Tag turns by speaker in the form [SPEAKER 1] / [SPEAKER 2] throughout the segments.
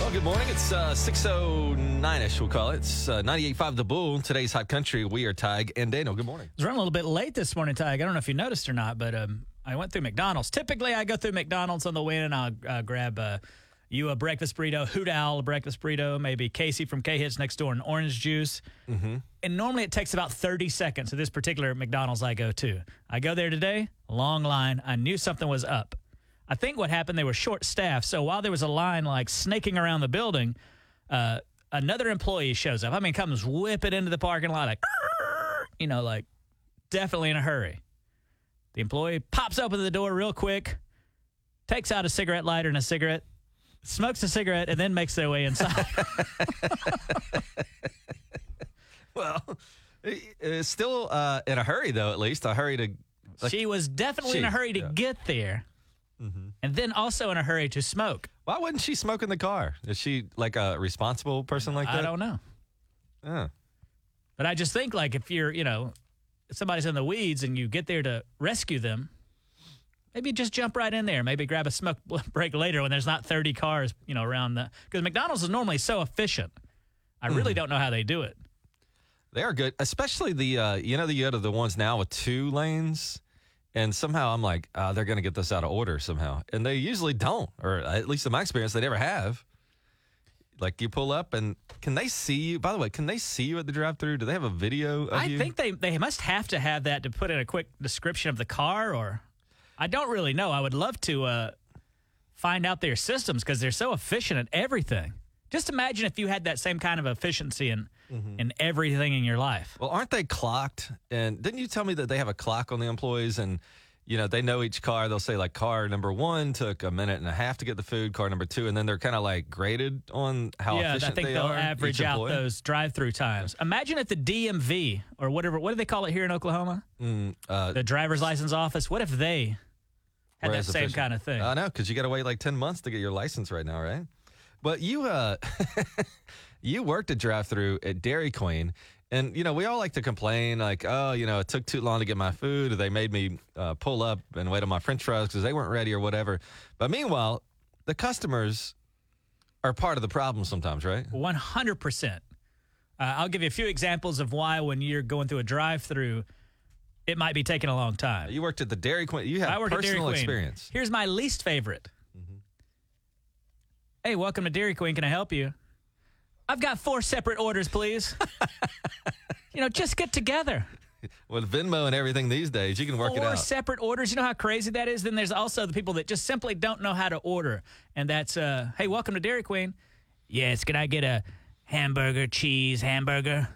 [SPEAKER 1] Well, good morning. It's uh, 609-ish, we'll call it. It's uh, 98.5 The Bull. Today's Hot Country. We are Tig and Daniel. Good morning.
[SPEAKER 2] was running a little bit late this morning, Tig. I don't know if you noticed or not, but um, I went through McDonald's. Typically, I go through McDonald's on the way in and I'll uh, grab uh, you a breakfast burrito, Hoot Owl, a breakfast burrito, maybe Casey from K Hits next door, an orange juice. And normally it takes about 30 seconds to this particular McDonald's I go to. I go there today, long line. I knew something was up. I think what happened, they were short staffed. So while there was a line like snaking around the building, uh, another employee shows up. I mean, comes whipping into the parking lot, like, you know, like definitely in a hurry. The employee pops open the door real quick, takes out a cigarette lighter and a cigarette, smokes a cigarette, and then makes their way inside.
[SPEAKER 1] Well, uh, still uh, in a hurry, though, at least. A hurry to... Like,
[SPEAKER 2] she was definitely in a
[SPEAKER 1] She,
[SPEAKER 2] hurry to
[SPEAKER 1] yeah. Mm-hmm.
[SPEAKER 2] get there, and then also in a hurry to smoke.
[SPEAKER 1] why wasn't she smoking the car? Is she like a responsible person like that?
[SPEAKER 2] I don't know.
[SPEAKER 1] Oh.
[SPEAKER 2] But I just think, like, if you're, you know, if somebody's in the weeds and you get there to rescue them, maybe just jump right in there. Maybe grab a smoke break later when there's not 30 cars, you know, around the. Because McDonald's is normally so efficient. I
[SPEAKER 1] Mm-hmm.
[SPEAKER 2] really don't know how they do it.
[SPEAKER 1] They are good, especially the uh, you know the you go to the ones now with two lanes, and somehow I'm like uh, they're going to get this out of order somehow, and they usually don't, or at least in my experience they never have. Like you pull up and can they see you? By the way, can they see you at the drive-through? Do they have a video of
[SPEAKER 2] I
[SPEAKER 1] you?
[SPEAKER 2] think they, they must have to have that to put in a quick description of the car, or I don't really know. I would love to uh, find out their systems because they're so efficient at everything. Just imagine if you had that same kind of efficiency in
[SPEAKER 1] Mm-hmm.
[SPEAKER 2] in everything in your life.
[SPEAKER 1] Well, aren't they clocked? And didn't you tell me that they have a clock on the employees and you know, they know each car. They'll say like car number one took a minute and a half to get the food, car number two, and then they're kind of like graded on how
[SPEAKER 2] yeah, I
[SPEAKER 1] efficient
[SPEAKER 2] think
[SPEAKER 1] they
[SPEAKER 2] will
[SPEAKER 1] are. each
[SPEAKER 2] average out
[SPEAKER 1] employee.
[SPEAKER 2] those drive-through times. Imagine at the DMV or whatever. What do they call it here in Oklahoma?
[SPEAKER 1] Mm, uh,
[SPEAKER 2] The driver's license office. What if they had
[SPEAKER 1] Were
[SPEAKER 2] that
[SPEAKER 1] as
[SPEAKER 2] same
[SPEAKER 1] efficient.
[SPEAKER 2] kind of thing?
[SPEAKER 1] I know, because you got to wait like ten months to get your license right now, right? But you, uh, you worked a drive-through at Dairy Queen, and you know we all like to complain, like, oh, you know, it took too long to get my food, or they made me uh, pull up and wait on my French fries because they weren't ready or whatever. But meanwhile, the customers are part of the problem sometimes, right?
[SPEAKER 2] One hundred percent. Uh, I'll give you a few examples of why when you're going through a drive-through, it might be taking a long time.
[SPEAKER 1] You worked at the Dairy Queen. You have
[SPEAKER 2] I work at Dairy
[SPEAKER 1] personal
[SPEAKER 2] Queen.
[SPEAKER 1] experience. Mm-hmm.
[SPEAKER 2] Here's my least favorite. Hey, welcome to Dairy Queen. Can I help you? I've got four separate orders, please. you know, just get together.
[SPEAKER 1] With Venmo and everything these days, you can work it
[SPEAKER 2] four
[SPEAKER 1] out.
[SPEAKER 2] separate orders. You know how crazy that is? Then there's also the people that just simply don't know how to order. And that's, uh, hey, welcome to Dairy Queen. Yes, can I get a hamburger, cheese, hamburger?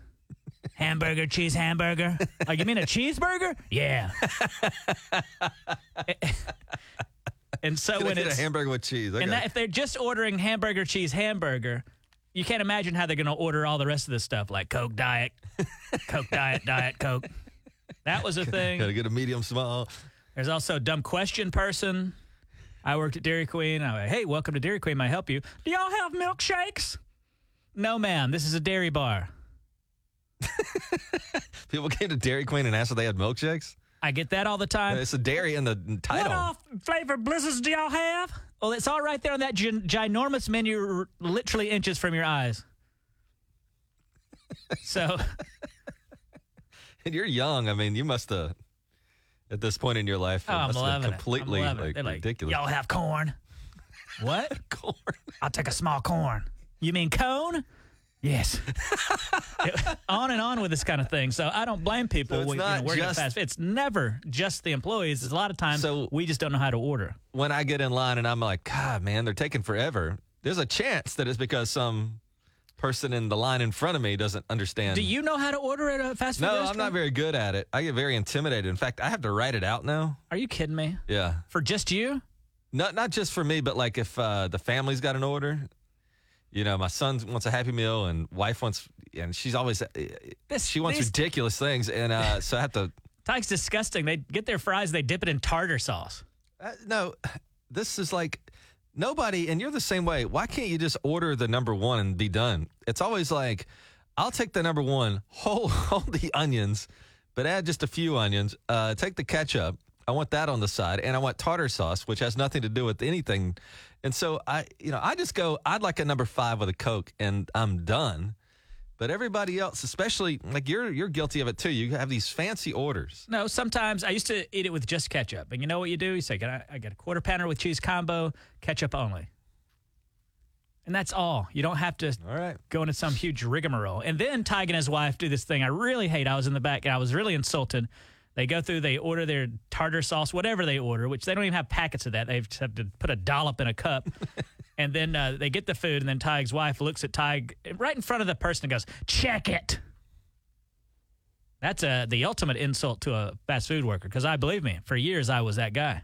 [SPEAKER 2] Hamburger, cheese, hamburger? Oh, you mean a cheeseburger? Yeah. and so
[SPEAKER 1] Can I
[SPEAKER 2] when
[SPEAKER 1] get
[SPEAKER 2] it's.
[SPEAKER 1] a hamburger with cheese. Okay.
[SPEAKER 2] And that, if they're just ordering hamburger, cheese, hamburger, you can't imagine how they're going to order all the rest of this stuff like Coke, Diet, Coke, Diet, Diet, Coke. That was a thing.
[SPEAKER 1] Gotta get a medium small.
[SPEAKER 2] There's also dumb question person. I worked at Dairy Queen. I went, hey, welcome to Dairy Queen. May I help you? Do y'all have milkshakes? No, ma'am. This is a dairy bar.
[SPEAKER 1] People came to Dairy Queen and asked if they had milkshakes.
[SPEAKER 2] I get that all the time.
[SPEAKER 1] It's a dairy in the
[SPEAKER 2] what
[SPEAKER 1] title.
[SPEAKER 2] all flavor blizzards do y'all have? Well, it's all right there on that gin- ginormous menu, r- literally inches from your eyes. So,
[SPEAKER 1] And you're young. I mean, you must have at this point in your life
[SPEAKER 2] oh,
[SPEAKER 1] it
[SPEAKER 2] I'm
[SPEAKER 1] must have
[SPEAKER 2] loving it. I'm
[SPEAKER 1] completely
[SPEAKER 2] loving it.
[SPEAKER 1] like,
[SPEAKER 2] They're
[SPEAKER 1] ridiculous.
[SPEAKER 2] Y'all have corn. What?
[SPEAKER 1] Corn.
[SPEAKER 2] I'll take a small corn. You mean cone? Yes. on and on with this kind of thing. So I don't blame people.
[SPEAKER 1] So it's
[SPEAKER 2] when, you know,
[SPEAKER 1] not
[SPEAKER 2] working at
[SPEAKER 1] just-
[SPEAKER 2] fast food. It's never just the employees. It's a lot of times
[SPEAKER 1] So-
[SPEAKER 2] we just don't know how to order.
[SPEAKER 1] When I get in line and I'm like, God, man, they're taking forever. There's a chance that it's because some person in the line in front of me doesn't understand.
[SPEAKER 2] Do you know how to order at a fast food
[SPEAKER 1] No, I'm
[SPEAKER 2] restaurant?
[SPEAKER 1] not very good at it. I get very intimidated. In fact, I have to write it out now.
[SPEAKER 2] Are you kidding me?
[SPEAKER 1] Yeah.
[SPEAKER 2] For just you?
[SPEAKER 1] Not not just for me, but like if uh, the family's got an order, you know, my son wants a happy meal and wife wants, and she's always eh,
[SPEAKER 2] This-
[SPEAKER 1] she wants
[SPEAKER 2] these-
[SPEAKER 1] ridiculous things, and uh, so I have to.
[SPEAKER 2] Tyke's disgusting. They get their fries, they dip it in tartar sauce.
[SPEAKER 1] Uh, no, this is like nobody, and you're the same way. Why can't you just order the number one and be done? It's always like, I'll take the number one, hold hold the onions, but add just a few onions. Uh, take the ketchup. I want that on the side, and I want tartar sauce, which has nothing to do with anything. And so I, you know, I just go, I'd like a number five with a Coke and I'm done. But everybody else, especially like you're, you're guilty of it too. You have these fancy orders.
[SPEAKER 2] No, sometimes I used to eat it with just ketchup. And you know what you do? You say, "Can I, I get a quarter pounder with cheese combo, ketchup only," and that's all. You don't have to
[SPEAKER 1] All right.
[SPEAKER 2] go into some huge rigmarole. And then Tig and his wife do this thing I really hate. I was in the back and I was really insulted. They go through, they order their tartar sauce, whatever they order, which they don't even have packets of that. They just have to put a dollop in a cup. and then uh, they get the food, and then Tig's wife looks at Tig right in front of the person and goes, check it. That's uh, the ultimate insult to a fast food worker because I believe me, for years I was that guy.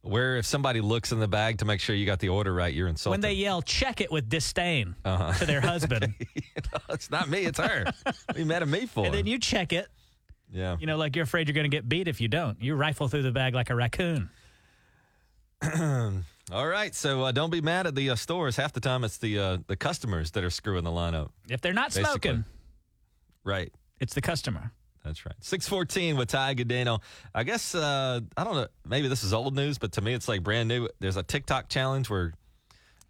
[SPEAKER 1] Where if somebody looks in the bag to make sure you got the order right, you're insulted.
[SPEAKER 2] When they yell, check it with disdain to their husband,
[SPEAKER 1] it's not me, it's her. what are you mad at me for?
[SPEAKER 2] and then you check it.
[SPEAKER 1] yeah.
[SPEAKER 2] You know, like you're afraid you're going to get beat if you don't. You rifle through the bag like a raccoon.
[SPEAKER 1] All right. So uh, don't be mad at the uh, stores. Half the time it's the uh, the customers that are screwing the lineup.
[SPEAKER 2] If they're not smoking,
[SPEAKER 1] Basically. Right.
[SPEAKER 2] it's the customer.
[SPEAKER 1] That's right. 614 with Ty Godano. I guess, uh, I don't know, maybe this is old news, but to me it's like brand new. There's a TikTok challenge where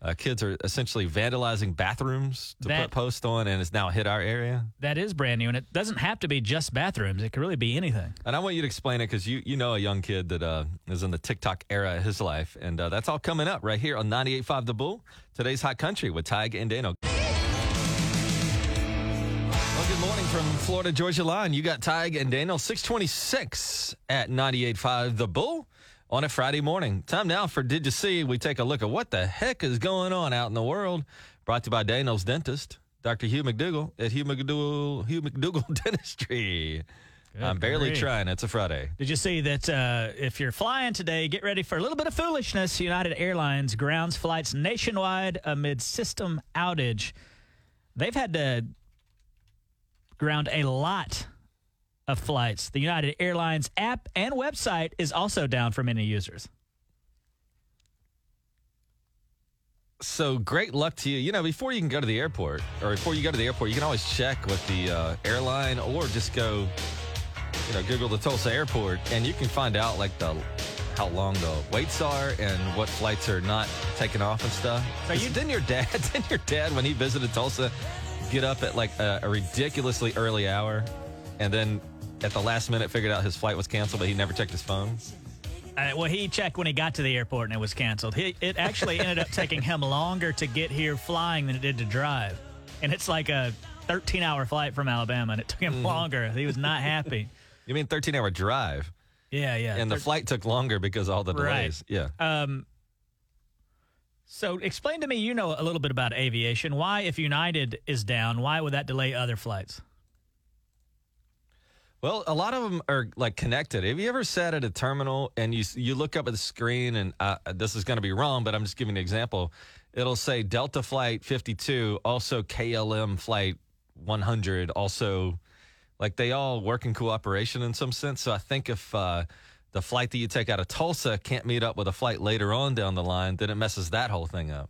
[SPEAKER 1] uh, kids are essentially vandalizing bathrooms to
[SPEAKER 2] That-
[SPEAKER 1] put posts on, and it's now hit our area.
[SPEAKER 2] That is brand new, and it doesn't have to be just bathrooms. It could really be anything.
[SPEAKER 1] And I want you to explain it because you, you know a young kid that uh, is in the TikTok era of his life. And uh, that's all coming up right here on 98.5 The Bull. Today's Hot Country with Ty Gandano. Well, good morning from Florida Georgia Line. You got Tig and Daniel, 626 at 98.5 The Bull on a Friday morning. Time now for Did You See? We take a look at what the heck is going on out in the world. Brought to you by Daniel's Dentist, Dr. Hugh McDougall at Hugh McDougall, Hugh McDougall Dentistry. I'm barely
[SPEAKER 2] grief.
[SPEAKER 1] trying. It's a Friday.
[SPEAKER 2] Did you see that uh, if you're flying today, get ready for a little bit of foolishness? United Airlines grounds flights nationwide amid system outage. They've had to ground a lot of flights. The United Airlines app and website is also down for many users.
[SPEAKER 1] So great luck to you. You know, before you can go to the airport, or before you go to the airport, you can always check with the uh, airline, or just go, you know, Google the Tulsa airport, and you can find out like the how long the waits are and what flights are not taking off and stuff.
[SPEAKER 2] So you-
[SPEAKER 1] didn't your dad? Didn't your dad when he visited Tulsa get up at like a, a ridiculously early hour, and then at the last minute figured out his flight was canceled, but he never checked his phone.
[SPEAKER 2] Uh, well, he checked when he got to the airport and it was canceled. He, it actually ended up taking him longer to get here flying than it did to drive. And it's like a 13 hour flight from Alabama, and it took
[SPEAKER 1] Mm-hmm.
[SPEAKER 2] him longer. He was not happy.
[SPEAKER 1] You mean 13 hour drive,
[SPEAKER 2] Yeah, yeah.
[SPEAKER 1] and the flight took longer because of all the
[SPEAKER 2] Right.
[SPEAKER 1] delays. Yeah.
[SPEAKER 2] um, so, explain to me you know a little bit about aviation. Why, if United is down, why would that delay other flights?
[SPEAKER 1] Well, a lot of them are like connected. Have you ever sat at a terminal and you you look up at the screen and uh, this is going to be wrong, but I'm just giving an example. It'll say Delta flight 52, also KLM flight 100, also like they all work in cooperation in some sense. So I think if uh, the flight that you take out of Tulsa can't meet up with a flight later on down the line, then it messes that whole thing up.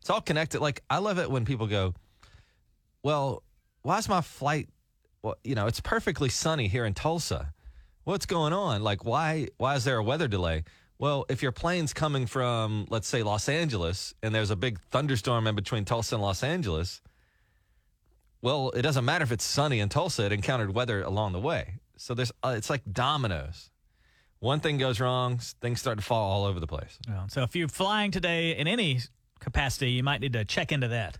[SPEAKER 1] It's all connected. Like I love it when people go, well, why's my flight? Well, you know, it's perfectly sunny here in Tulsa. What's going on? Like, why? Why is there a weather delay? Well, if your plane's coming from, let's say, Los Angeles, and there's a big thunderstorm in between Tulsa and Los Angeles, well, it doesn't matter if it's sunny in Tulsa; it encountered weather along the way. So there's, uh, it's like dominoes. One thing goes wrong, s- things start to fall all over the place.
[SPEAKER 2] Well, so, if you're flying today in any capacity, you might need to check into that.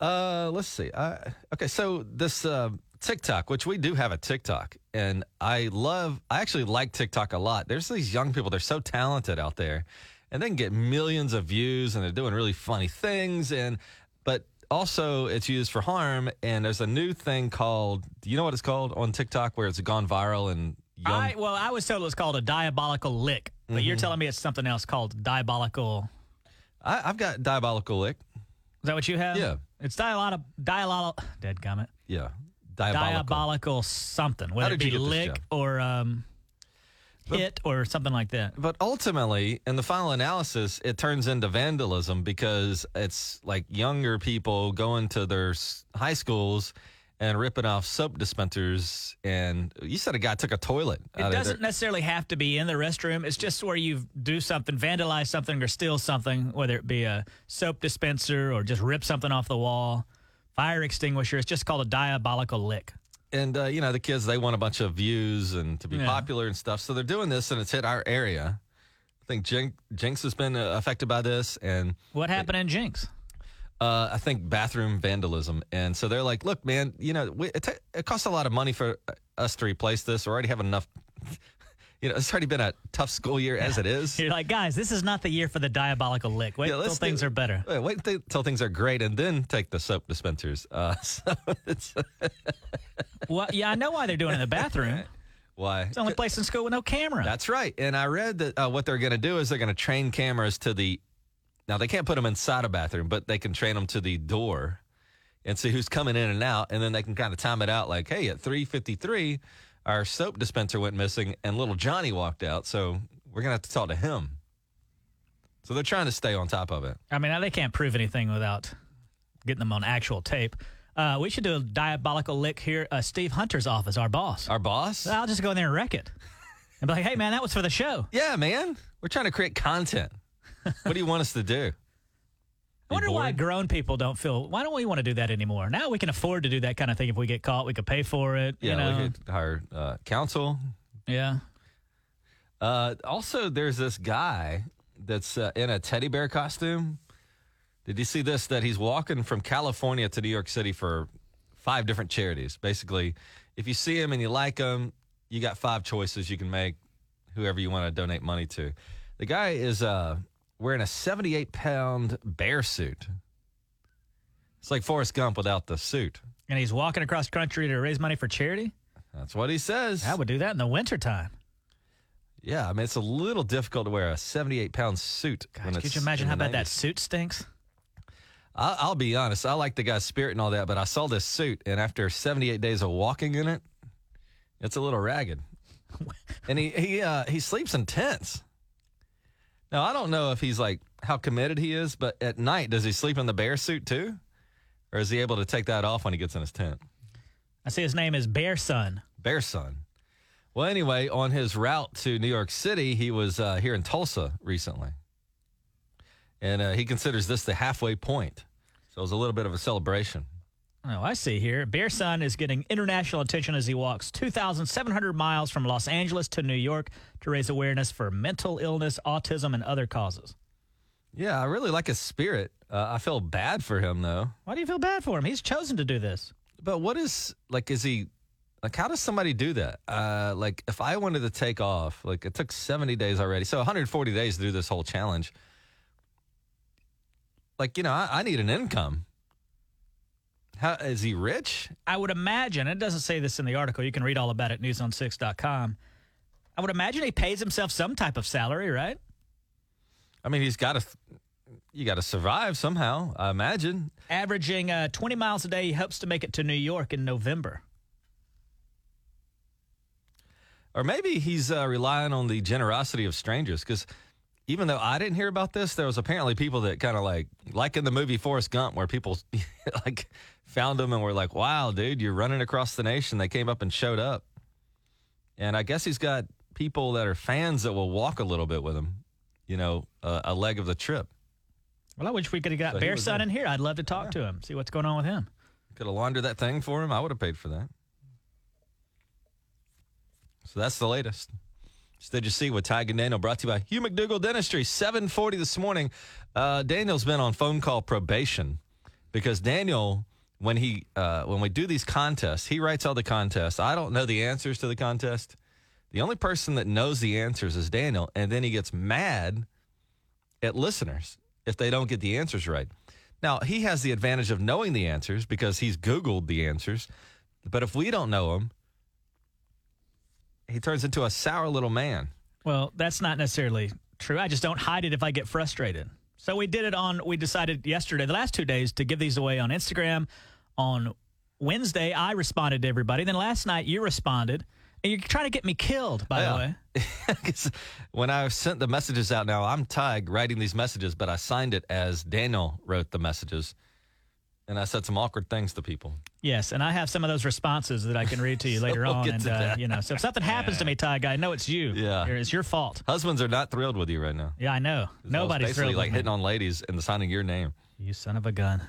[SPEAKER 1] Uh, let's see. I, okay, so this uh, TikTok, which we do have a TikTok, and I love. I actually like TikTok a lot. There's these young people; they're so talented out there, and they can get millions of views, and they're doing really funny things. And but also, it's used for harm. And there's a new thing called. Do you know what it's called on TikTok where it's gone viral and young?
[SPEAKER 2] I, well, I was told it was called a diabolical lick, but
[SPEAKER 1] Mm-hmm.
[SPEAKER 2] you're telling me it's something else called diabolical.
[SPEAKER 1] I, I've got diabolical lick.
[SPEAKER 2] Is that what you have?
[SPEAKER 1] Yeah.
[SPEAKER 2] It's dialog, dialog, dead comment,
[SPEAKER 1] Yeah,
[SPEAKER 2] diabolical, something,
[SPEAKER 1] did
[SPEAKER 2] whether it be
[SPEAKER 1] you get this,
[SPEAKER 2] lick
[SPEAKER 1] Jeff?
[SPEAKER 2] or um, hit or something like that.
[SPEAKER 1] But ultimately, in the final analysis, it turns into vandalism because it's like younger people going to their s- high schools and ripping off soap dispensers. And you said a guy took a toilet.
[SPEAKER 2] It
[SPEAKER 1] out of
[SPEAKER 2] doesn't
[SPEAKER 1] there.
[SPEAKER 2] necessarily have to be in the restroom. It's just where you do something, vandalize something, or steal something, whether it be a soap dispenser or just rip something off the wall, fire extinguisher. It's just called a diabolical lick.
[SPEAKER 1] And uh, you know the kids, they want a bunch of views and to be
[SPEAKER 2] Yeah.
[SPEAKER 1] popular and stuff. So they're doing this, and it's hit our area. I think Jinx, Jinx has been uh, affected by this, and
[SPEAKER 2] What happened in Jinx?
[SPEAKER 1] uh, I think bathroom vandalism. And so they're like, look, man, you know, we, it, ta it costs a lot of money for uh, us to replace this. We already have enough. You know, it's already been a tough school year as it is.
[SPEAKER 2] You're like, guys, this is not the year for the diabolical lick. Wait
[SPEAKER 1] Yeah,
[SPEAKER 2] till
[SPEAKER 1] let's do-
[SPEAKER 2] things are better.
[SPEAKER 1] Wait, wait till- till things are great, and then take the soap dispensers. Uh, so it's
[SPEAKER 2] well, yeah, I know why they're doing it in the bathroom. It's
[SPEAKER 1] why
[SPEAKER 2] the only place in school with no camera.
[SPEAKER 1] That's right. And I read that uh, what they're going to do is they're going to train cameras to the. Now they can't put them inside a bathroom, but they can train them to the door, and see who's coming in and out, and then they can kind of time it out. Like, hey, at three fifty three, our soap dispenser went missing, and little Johnny walked out, so we're gonna have to talk to him. So they're trying to stay on top of it.
[SPEAKER 2] I mean, they can't prove anything without getting them on actual tape. Uh, we should do a diabolical lick here. Uh, Steve Hunter's office, our boss.
[SPEAKER 1] Our boss.
[SPEAKER 2] I'll just go in there and wreck it. And be like, hey, man, that was for the show.
[SPEAKER 1] yeah, man, we're trying to create content. what do you want us to do?
[SPEAKER 2] I wonder why
[SPEAKER 1] bored?
[SPEAKER 2] grown people don't feel, why don't we want to do that anymore? Now we can afford to do that kind of thing. If we get caught, we could pay for it.
[SPEAKER 1] Yeah,
[SPEAKER 2] you know?
[SPEAKER 1] we could hire uh, counsel.
[SPEAKER 2] Yeah.
[SPEAKER 1] Uh, also, there's this guy that's uh, in a teddy bear costume. Did you see this? That he's walking from California to New York City for five different charities. Basically, if you see him and you like him, you got five choices you can make. Whoever you want to donate money to. The guy is uh, wearing a 78 pound bear suit. It's like Forrest Gump without the suit.
[SPEAKER 2] And he's walking across country to raise money for charity.
[SPEAKER 1] That's what he says.
[SPEAKER 2] I would do that in the wintertime.
[SPEAKER 1] yeah, I mean, it's a little difficult to wear a 78 pound suit. when
[SPEAKER 2] Gosh, could
[SPEAKER 1] it's
[SPEAKER 2] you imagine
[SPEAKER 1] in
[SPEAKER 2] how
[SPEAKER 1] the
[SPEAKER 2] bad that
[SPEAKER 1] 90s.
[SPEAKER 2] suit stinks?
[SPEAKER 1] I- I'll be honest. I like the guy's spirit and all that, but I saw this suit, and after 78 days of walking in it, it's a little ragged. and he he uh, he sleeps in tents. Now I don't know if he's like how committed he is, but at night does he sleep in the bear suit too, or is he able to take that off when he gets in his tent?
[SPEAKER 2] I see his name is Bear Son.
[SPEAKER 1] Bear son. Well, anyway, on his route to New York City, he was uh, here in Tulsa recently, and uh, he considers this the halfway point. So it was a little bit of a celebration.
[SPEAKER 2] Oh, I see here. Bear Son is getting international attention as he walks 2,700 miles from Los Angeles to New York to raise awareness for mental illness, autism, and other causes.
[SPEAKER 1] Yeah, I really like his spirit. Uh, I feel bad for him though.
[SPEAKER 2] Why do you feel bad for him? He's chosen to do this.
[SPEAKER 1] But what is like? Is he like? How does somebody do that? Uh, like, if I wanted to take off, like it took seventy days already, so one hundred forty days to do this whole challenge. Like, you know, I, I need an income. How is he rich?
[SPEAKER 2] I would imagine, it doesn't say this in the article. You can read all about it at newson6.com. I would imagine he pays himself some type of salary, right?
[SPEAKER 1] I mean, he's got to. You got to survive somehow. I imagine.
[SPEAKER 2] Averaging uh, 20 miles a day, he hopes to make it to New York in November.
[SPEAKER 1] Or maybe he's uh, relying on the generosity of strangers because even though I didn't hear about this, there was apparently people that kind of like, like in the movie Forrest Gump, where people like found him and were like, wow, dude, you're running across the nation. They came up and showed up. And I guess he's got people that are fans that will walk a little bit with him, you know, uh, a leg of the trip.
[SPEAKER 2] Well, I wish we could have got
[SPEAKER 1] So he
[SPEAKER 2] Bear
[SPEAKER 1] was
[SPEAKER 2] Son
[SPEAKER 1] in.
[SPEAKER 2] in here. I'd love to talk to him, see what's going on with him.
[SPEAKER 1] Could have laundered that thing for him. I would have paid for that. So that's the latest. So did you see with Ty and Daniel brought to you by Hugh McDougall Dentistry, 740 this morning. Uh, Daniel's been on phone call probation because Daniel, when he uh, when we do these contests, he writes all the contests. I don't know the answers to the contest. The only person that knows the answers is Daniel, and then he gets mad at listeners if they don't get the answers right. Now, he has the advantage of knowing the answers because he's Googled the answers. But if we don't know him, he turns into a sour little man.
[SPEAKER 2] Well, that's not necessarily true. I just don't hide it if I get frustrated. So we did it on, we decided yesterday, the last two days, to give these away on Instagram. On Wednesday, I responded to everybody. Then last night, you responded. And you're trying to get me killed, by the
[SPEAKER 1] Yeah.
[SPEAKER 2] way.
[SPEAKER 1] 'Cause when I sent the messages out now, I'm Tig writing these messages, but I signed it as Daniel wrote the messages. and I said some awkward things to people.
[SPEAKER 2] Yes, and I have some of those responses that I can read to you later
[SPEAKER 1] we'll
[SPEAKER 2] on.
[SPEAKER 1] get
[SPEAKER 2] and
[SPEAKER 1] to
[SPEAKER 2] uh,
[SPEAKER 1] that.
[SPEAKER 2] you know, so if something happens to me, Ty guy, I know it's you.
[SPEAKER 1] Yeah.
[SPEAKER 2] it's your fault.
[SPEAKER 1] Husbands are not thrilled with you right now.
[SPEAKER 2] Yeah, I know.
[SPEAKER 1] That was
[SPEAKER 2] Nobody's
[SPEAKER 1] basically
[SPEAKER 2] thrilled
[SPEAKER 1] like
[SPEAKER 2] with me.
[SPEAKER 1] hitting on ladies and signing your name.
[SPEAKER 2] You son of a gun.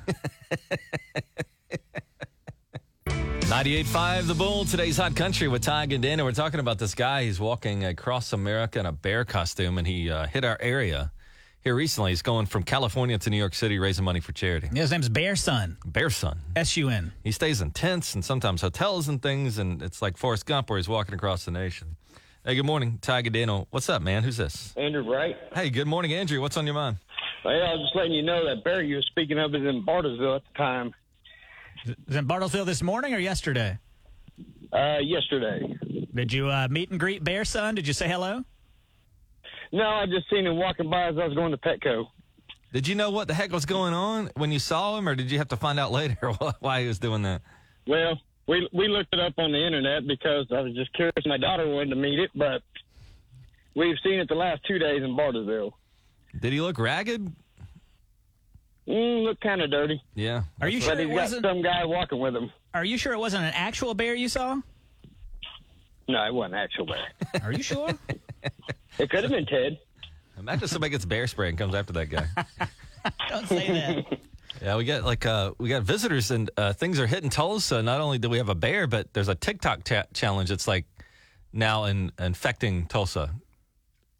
[SPEAKER 1] 98.5 The Bull, today's Hot Country with Ty Gandana. We're talking about this guy. He's walking across America in a bear costume, and he uh, hit our area here recently. He's going from California to New York City raising money for charity.
[SPEAKER 2] His name's Bear Sun.
[SPEAKER 1] Bear son.
[SPEAKER 2] S U N.
[SPEAKER 1] He stays in tents and sometimes hotels and things, and it's like Forrest Gump where he's walking across the nation. Hey, good morning, Ty Gandano. What's up, man? Who's this?
[SPEAKER 3] Andrew Bright.
[SPEAKER 1] Hey, good morning, Andrew. What's on your mind?
[SPEAKER 3] Hey, I was just letting you know that bear you were speaking of is in Bartlesville at the time,
[SPEAKER 2] Is in Bartlesville this morning or yesterday?
[SPEAKER 3] uh, yesterday.
[SPEAKER 2] Did you uh, meet and greet Bear Sun? Did you say hello?
[SPEAKER 3] No, I just seen him walking by as I was going to Petco.
[SPEAKER 1] Did you know what the heck was going on when you saw him, or did you have to find out later why he was doing that?
[SPEAKER 3] Well, we we looked it up on the internet because I was just curious. My daughter wanted to meet it, but we've seen it the last two days in Bartlesville.
[SPEAKER 1] Did he look ragged?
[SPEAKER 3] Mm, look kind of dirty,
[SPEAKER 1] Yeah.
[SPEAKER 2] Are you sure
[SPEAKER 3] but
[SPEAKER 2] it
[SPEAKER 3] he's got
[SPEAKER 2] wasn't?
[SPEAKER 3] some guy walking with him.
[SPEAKER 2] Are you sure it wasn't an actual bear you saw?
[SPEAKER 3] No, it wasn't actual bear.
[SPEAKER 2] Are you sure?
[SPEAKER 3] It could have been Ted.
[SPEAKER 1] Imagine somebody gets bear spray and comes after that guy.
[SPEAKER 2] Don't say that.
[SPEAKER 1] yeah, we got like uh, we got visitors and uh, things are hitting Tulsa. Not only do we have a bear, but there's a TikTok cha- challenge. that's like now in, infecting Tulsa.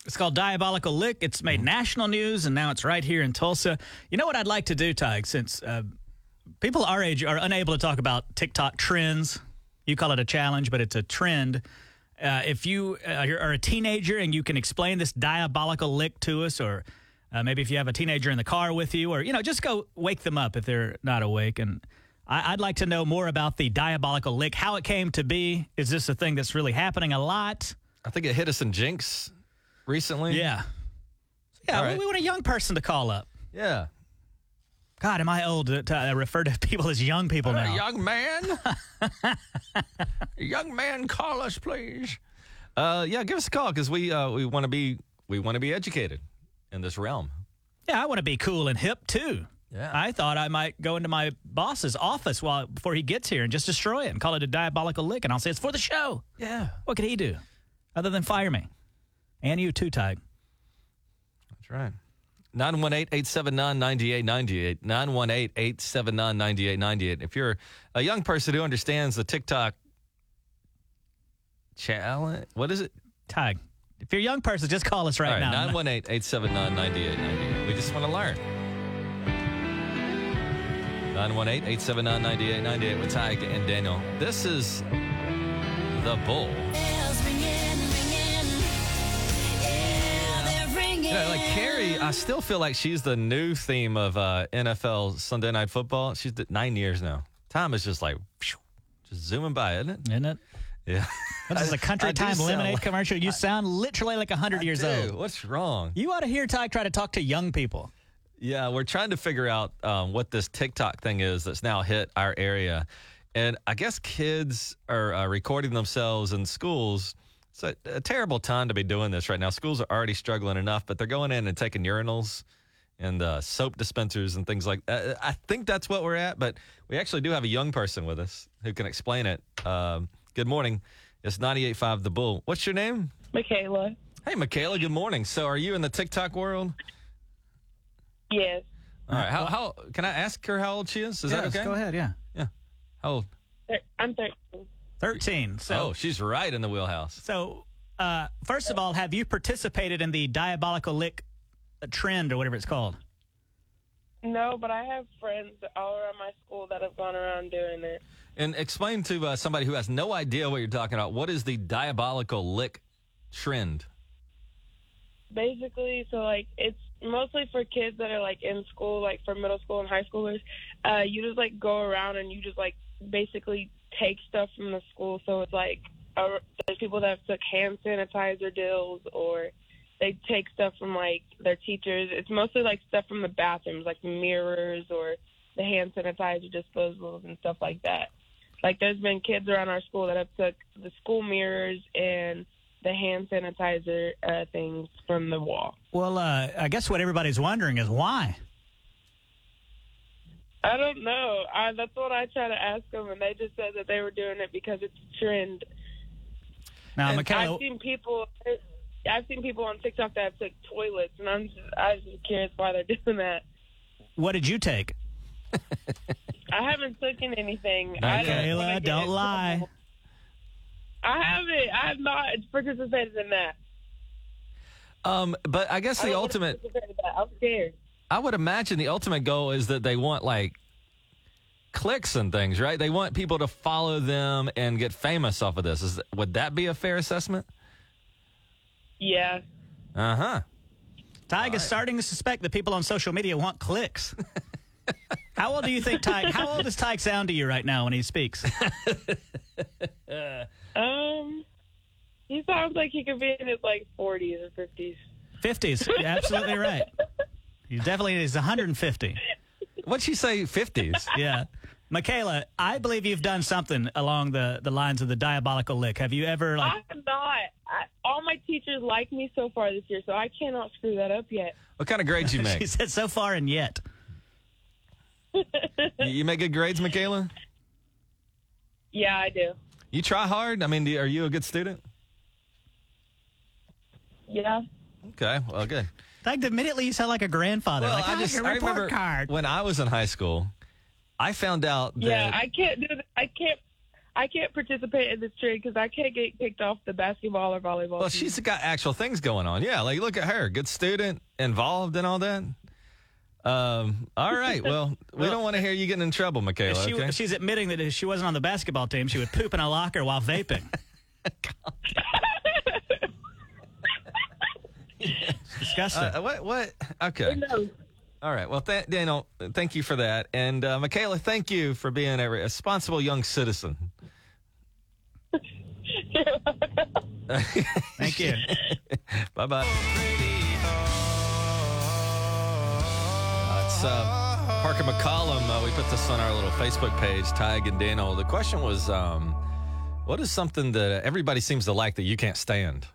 [SPEAKER 2] It's called Diabolical Lick. It's made national news, and now it's right here in Tulsa. You know what I'd like to do, Tig, since uh, people our age are unable to talk about TikTok trends. You call it a challenge, but it's a trend. Uh, if you uh, you're- are a teenager and you can explain this diabolical lick to us, or uh, maybe if you have a teenager in the car with you, or you know, just go wake them up if they're not awake. And I, I'd like to know more about the diabolical lick, how it came to be. Is this a thing that's really happening a lot?
[SPEAKER 1] I think it hit us in Jinx recently.
[SPEAKER 2] Yeah. Yeah,
[SPEAKER 1] All
[SPEAKER 2] we-
[SPEAKER 1] right.
[SPEAKER 2] we, want a young person to call up.
[SPEAKER 1] yeah.
[SPEAKER 2] God, am I old to, to uh, refer to people as young people
[SPEAKER 1] Hey,
[SPEAKER 2] now?
[SPEAKER 1] young man. young man, call us, please. Uh, yeah, give us a call because we uh, we want to be we want to be educated in this realm.
[SPEAKER 2] Yeah, I want to be cool and hip too.
[SPEAKER 1] Yeah.
[SPEAKER 2] I thought I might go into my boss's office while before he gets here and just destroy it and call it a diabolical lick, and I'll say it's for the show.
[SPEAKER 1] Yeah,
[SPEAKER 2] What could he do other than fire me? And you too, Tig.
[SPEAKER 1] that's right. 918-879-9898 918-879-9898 if you're a young person who understands the tiktok challenge what is it
[SPEAKER 2] Tig, if you're a young person, just call us right,
[SPEAKER 1] All right,
[SPEAKER 2] now.
[SPEAKER 1] 918-879-9898. We just want to learn. 918-879-9898 with Ty and Daniel. This is The Bull.
[SPEAKER 4] bells ringing, ringing. Yeah, they're ringing.
[SPEAKER 1] Yeah, like Carrie, I still feel like she's the new theme of uh, NFL Sunday Night Football. She's d- nine years now. Time is just like, phew, just zooming by, isn't it?
[SPEAKER 2] Isn't it?
[SPEAKER 1] Yeah.
[SPEAKER 2] This is a country
[SPEAKER 1] I do
[SPEAKER 2] time
[SPEAKER 1] sound
[SPEAKER 2] lemonade
[SPEAKER 1] like-
[SPEAKER 2] commercial. You sound literally like 100 years
[SPEAKER 1] Dude,
[SPEAKER 2] old.
[SPEAKER 1] what's wrong?
[SPEAKER 2] You ought to hear Tig try to talk to young people.
[SPEAKER 1] Yeah, we're trying to figure out um, what this TikTok thing is that's now hit our area. And I guess kids are uh, recording themselves in schools. It's a, a terrible time to be doing this right now. Schools are already struggling enough, but they're going in and taking urinals and uh, soap dispensers and things like that. I think that's what we're at, but we actually do have a young person with us who can explain it. Um, good morning. It's 98.5 The Bull. What's your name?
[SPEAKER 5] Michaela.
[SPEAKER 1] Hey, Michaela, good morning. So are you in the TikTok world?
[SPEAKER 5] Yes.
[SPEAKER 1] All right. How, how can I ask her how old she is? Is that
[SPEAKER 2] Yes,
[SPEAKER 1] okay?
[SPEAKER 2] Go ahead, yeah.
[SPEAKER 1] How old?
[SPEAKER 5] Thir- I'm 13.
[SPEAKER 2] 13. So,
[SPEAKER 1] oh, she's right in the wheelhouse.
[SPEAKER 2] so uh, first of all, have you participated in the diabolical lick trend or whatever it's called?
[SPEAKER 5] No, but I have friends all around my school that have gone around doing it.
[SPEAKER 1] And explain to uh, somebody who has no idea what you're talking about. What is the diabolical lick trend?
[SPEAKER 5] Basically, so like it's mostly for kids that are like in school, like for middle school and high schoolers. Uh, you just like go around and you just like basically take stuff from the school. So it's like uh, there's people that have took hand sanitizer deals or they take stuff from like their teachers. It's mostly like stuff from the bathrooms, like mirrors or the hand sanitizer disposables and stuff like that. Like there's been kids around our school that have took the school mirrors and the hand sanitizer uh, things from the wall.
[SPEAKER 2] Well, uh, I guess what everybody's wondering is why.
[SPEAKER 5] I don't know. I, that's what I try to ask them, and they just said that they were doing it because it's a trend.
[SPEAKER 2] Now,
[SPEAKER 5] And
[SPEAKER 2] Michaela,
[SPEAKER 5] I've seen people. I've seen people on TikTok that have took toilets, and I'm just, I was just curious why they're doing that.
[SPEAKER 2] what did you take?
[SPEAKER 5] I haven't taken anything. I don't wanna
[SPEAKER 2] Michaela,
[SPEAKER 5] get
[SPEAKER 2] don't
[SPEAKER 5] in
[SPEAKER 2] lie.
[SPEAKER 5] trouble. I haven't. I have not participated in that.
[SPEAKER 1] Um, but I guess
[SPEAKER 5] I
[SPEAKER 1] the
[SPEAKER 5] don't wanna
[SPEAKER 1] ultimate,
[SPEAKER 5] participate in that. I'm scared.
[SPEAKER 1] I would imagine the ultimate goal is that they want like clicks and things, right? They want people to follow them and get famous off of this. Is, would that be a fair assessment?
[SPEAKER 5] Yeah.
[SPEAKER 1] Uh huh.
[SPEAKER 2] Tyg is starting to suspect that people on social media want clicks. how old do you think Tyg? How old does Tyg sound to you right now when he speaks?
[SPEAKER 5] Um. He sounds like he could be in his like 40s or 50s.
[SPEAKER 2] Fifties. You're absolutely right. He definitely is 150.
[SPEAKER 1] What'd she say? 50s?
[SPEAKER 2] Yeah. Michaela, I believe you've done something along the, the lines of the diabolical lick. Have you ever like
[SPEAKER 5] I'm not. I, all my teachers like me so far this year, so I cannot screw that up yet.
[SPEAKER 1] what kind of grades you
[SPEAKER 2] she
[SPEAKER 1] make?
[SPEAKER 2] said so far and yet?
[SPEAKER 1] you you make good grades, Michaela?
[SPEAKER 5] Yeah, I do.
[SPEAKER 1] You try hard? I mean, do, are you a good student?
[SPEAKER 5] Yeah.
[SPEAKER 1] Okay, well, good.
[SPEAKER 2] Like immediately you sound like a grandfather. like, "Ah, your report card.
[SPEAKER 1] when I was in high school, I found out that
[SPEAKER 5] Yeah, I can't do. th- I can't. I can't participate in this trade because I can't get kicked off the basketball or volleyball.
[SPEAKER 1] well,
[SPEAKER 5] team.
[SPEAKER 1] she's got actual things going on. Yeah, like look at her, good student, involved and all that. Um, all right, well, we don't want to hear you getting in trouble, Michaela.
[SPEAKER 2] She,
[SPEAKER 1] okay?
[SPEAKER 2] She's admitting that if she wasn't on the basketball team, she would poop in a locker while vaping. Disgusting.
[SPEAKER 1] Uh, what? What? Okay.
[SPEAKER 5] No.
[SPEAKER 1] All right. Well, th- Daniel, thank you for that, and uh, Michaela, thank you for being a responsible young citizen.
[SPEAKER 2] Thank you.
[SPEAKER 1] Bye bye. It's uh, Parker McCollum. Uh, we put this on our little Facebook page, Tig and Daniel. The question was um, what is something that everybody seems to like that you can't stand?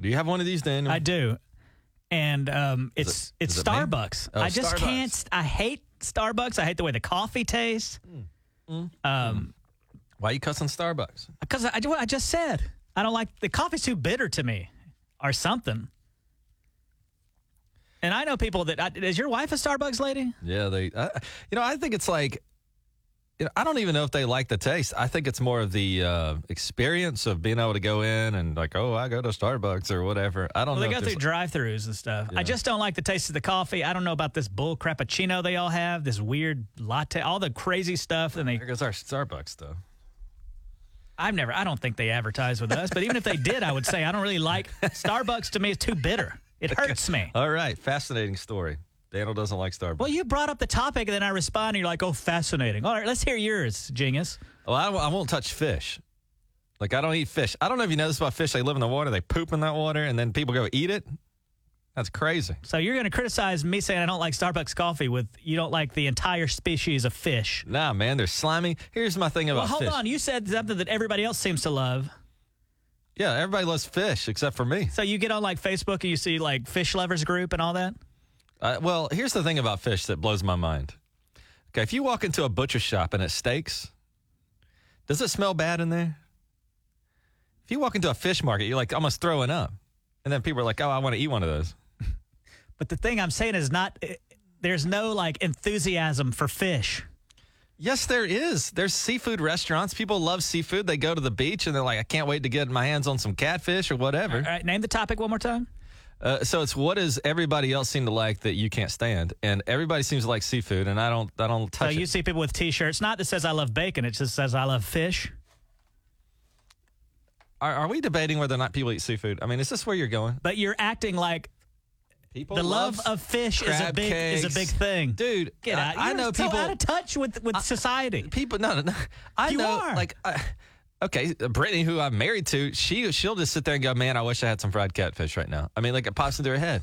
[SPEAKER 1] Do you have one of these, Daniel?
[SPEAKER 2] I do. And um, it's
[SPEAKER 1] it-
[SPEAKER 2] it's
[SPEAKER 1] is it me?
[SPEAKER 2] Starbucks.
[SPEAKER 1] Oh,
[SPEAKER 2] I just
[SPEAKER 1] Starbucks.
[SPEAKER 2] can't. st- I hate Starbucks. I hate the way the coffee tastes.
[SPEAKER 1] Hmm.
[SPEAKER 2] Um,
[SPEAKER 1] Why you cussing Starbucks?
[SPEAKER 2] because I do what I just said. I don't like the coffee's too bitter to me, or something. And I know people that I, is your wife a Starbucks lady?
[SPEAKER 1] Yeah, they. Uh, you know, I think it's like. You know, I don't even know if they like the taste. I think it's more of the uh, experience of being able to go in and like, oh, I go to Starbucks or whatever. I don't know.
[SPEAKER 2] Well, they
[SPEAKER 1] if
[SPEAKER 2] go
[SPEAKER 1] there's-
[SPEAKER 2] through drive-throughs and stuff. I just don't like the taste of the coffee. I don't know about this bull cappuccino they all have, this weird latte, all the crazy stuff. And they,
[SPEAKER 1] there goes our Starbucks though.
[SPEAKER 2] I've never, I don't think they advertise with us. But even if they did, I would say I don't really like Starbucks. To me, is too bitter. It hurts me.
[SPEAKER 1] All right, fascinating story. Daniel doesn't like Starbucks.
[SPEAKER 2] Well, you brought up the topic, and then I respond, and you're like, "Oh, fascinating." All right, let's hear yours, Genius.
[SPEAKER 1] Well, I, don't- I won't touch fish. Like I don't eat fish. I don't know if you know this about fish. They live in the water. They poop in that water, and then people go eat it. That's crazy.
[SPEAKER 2] So you're going to criticize me saying I don't like Starbucks coffee with you don't like the entire species of fish.
[SPEAKER 1] Nah, man, they're slimy. Here's my thing about
[SPEAKER 2] Well, hold
[SPEAKER 1] fish.
[SPEAKER 2] on. You said something that everybody else seems to love.
[SPEAKER 1] Yeah, everybody loves fish except for me.
[SPEAKER 2] So you get on like Facebook and you see like fish lovers group and all that.
[SPEAKER 1] Uh, well, here's the thing about fish that blows my mind. Okay, if you walk into a butcher shop and it's steaks, does it smell bad in there? If you walk into a fish market, you're like almost throwing up, and then people are like, "Oh, I want to eat one of those."
[SPEAKER 2] But the thing I'm saying is not eh, there's no like enthusiasm for fish.
[SPEAKER 1] Yes, there is. There's seafood restaurants. People love seafood. They go to the beach and they're like, I can't wait to get my hands on some catfish or
[SPEAKER 2] All
[SPEAKER 1] whatever.
[SPEAKER 2] right, name the topic one more time.
[SPEAKER 1] Uh, so it's what does everybody else seem to like that you can't stand? And everybody seems to like seafood, and I don't. I don't
[SPEAKER 2] So
[SPEAKER 1] touch
[SPEAKER 2] you
[SPEAKER 1] it.
[SPEAKER 2] see people with t-shirts not that says I love bacon, it just says I love fish.
[SPEAKER 1] Are, are we debating whether or not people eat seafood? I mean, is this where you're going?
[SPEAKER 2] But you're acting like
[SPEAKER 1] People
[SPEAKER 2] the love of fish is a
[SPEAKER 1] crab
[SPEAKER 2] big is
[SPEAKER 1] cakes.
[SPEAKER 2] a big thing.
[SPEAKER 1] dude.
[SPEAKER 2] Get
[SPEAKER 1] I-
[SPEAKER 2] out.
[SPEAKER 1] I,
[SPEAKER 2] You're
[SPEAKER 1] know
[SPEAKER 2] so
[SPEAKER 1] people.
[SPEAKER 2] out of touch with with society.
[SPEAKER 1] people no no no i
[SPEAKER 2] You
[SPEAKER 1] know
[SPEAKER 2] are.
[SPEAKER 1] like I, okay brittany who i'm married to she she'll just sit there and go man i wish i had some fried catfish right now i mean like it pops into her head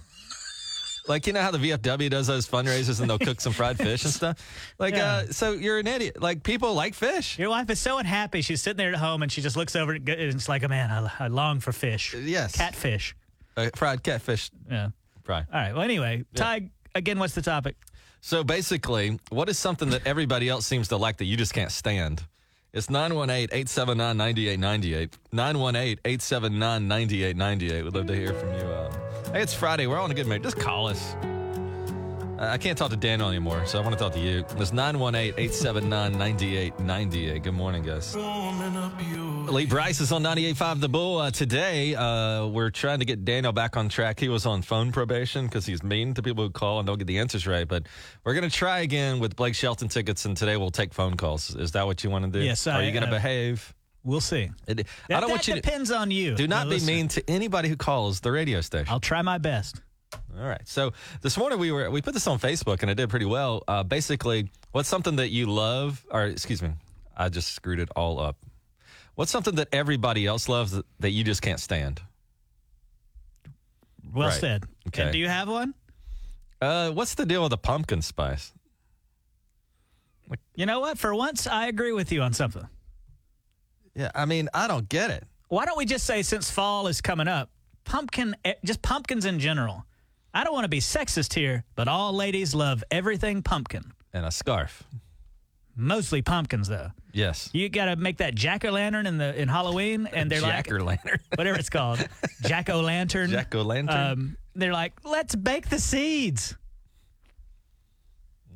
[SPEAKER 1] like you know how the vfw does those fundraisers and they'll cook some fried fish and stuff like uh so you're an idiot like people like fish
[SPEAKER 2] Your wife is so unhappy. She's sitting there at home and she just looks over and go- and it's like, oh, man, I, I long for fish.
[SPEAKER 1] yes
[SPEAKER 2] Catfish.
[SPEAKER 1] Uh, fried catfish
[SPEAKER 2] Yeah.
[SPEAKER 1] fry
[SPEAKER 2] All right. Well, anyway, Ty, again, what's the topic?
[SPEAKER 1] So basically, what is something that everybody else seems to like that you just can't stand? It's 918-879-9898. 918-879-9898. We'd love to hear from you. Uh, hey, it's Friday. We're all in a good mood. Just call us. I I can't talk to Daniel anymore, so I want to talk to you. It's 918-879-9898. Good morning, guys. Lee Bryce is on 98.5 The Bull. Uh, today, uh, we're trying to get Daniel back on track. He was on phone probation because he's mean to people who call and don't get the answers right. But we're going to try again with Blake Shelton tickets, and today we'll take phone calls. Is that what you want to do?
[SPEAKER 2] Yes,
[SPEAKER 1] Are
[SPEAKER 2] I-
[SPEAKER 1] you going to
[SPEAKER 2] uh,
[SPEAKER 1] behave?
[SPEAKER 2] We'll see.
[SPEAKER 1] It-
[SPEAKER 2] That,
[SPEAKER 1] I don't
[SPEAKER 2] that
[SPEAKER 1] want you to.
[SPEAKER 2] depends on you.
[SPEAKER 1] Do not
[SPEAKER 2] the
[SPEAKER 1] be
[SPEAKER 2] listener.
[SPEAKER 1] mean to anybody who calls the radio station.
[SPEAKER 2] I'll try my best.
[SPEAKER 1] All right. So this morning we were we put this on Facebook and it did pretty well. Uh, basically, what's something that you love? Or excuse me, I just screwed it all up. What's something that everybody else loves that, that you just can't stand?
[SPEAKER 2] Well
[SPEAKER 1] Right.
[SPEAKER 2] said.
[SPEAKER 1] Okay.
[SPEAKER 2] And do you have one?
[SPEAKER 1] Uh, what's the deal with the pumpkin spice?
[SPEAKER 2] You know what? For once, I agree with you on something.
[SPEAKER 1] Yeah, I mean, I don't get it.
[SPEAKER 2] Why don't we just say since fall is coming up, pumpkin, eh, just pumpkins in general. I don't want to be sexist here, but all ladies love everything pumpkin.
[SPEAKER 1] And a scarf.
[SPEAKER 2] Mostly pumpkins, though.
[SPEAKER 1] Yes.
[SPEAKER 2] You got to make that jack o' lantern in the in Halloween, and they're
[SPEAKER 1] Jack
[SPEAKER 2] like
[SPEAKER 1] o' lantern.
[SPEAKER 2] whatever it's called, jack o' lantern.
[SPEAKER 1] Jack o' lantern.
[SPEAKER 2] Um, they're like, let's bake the seeds.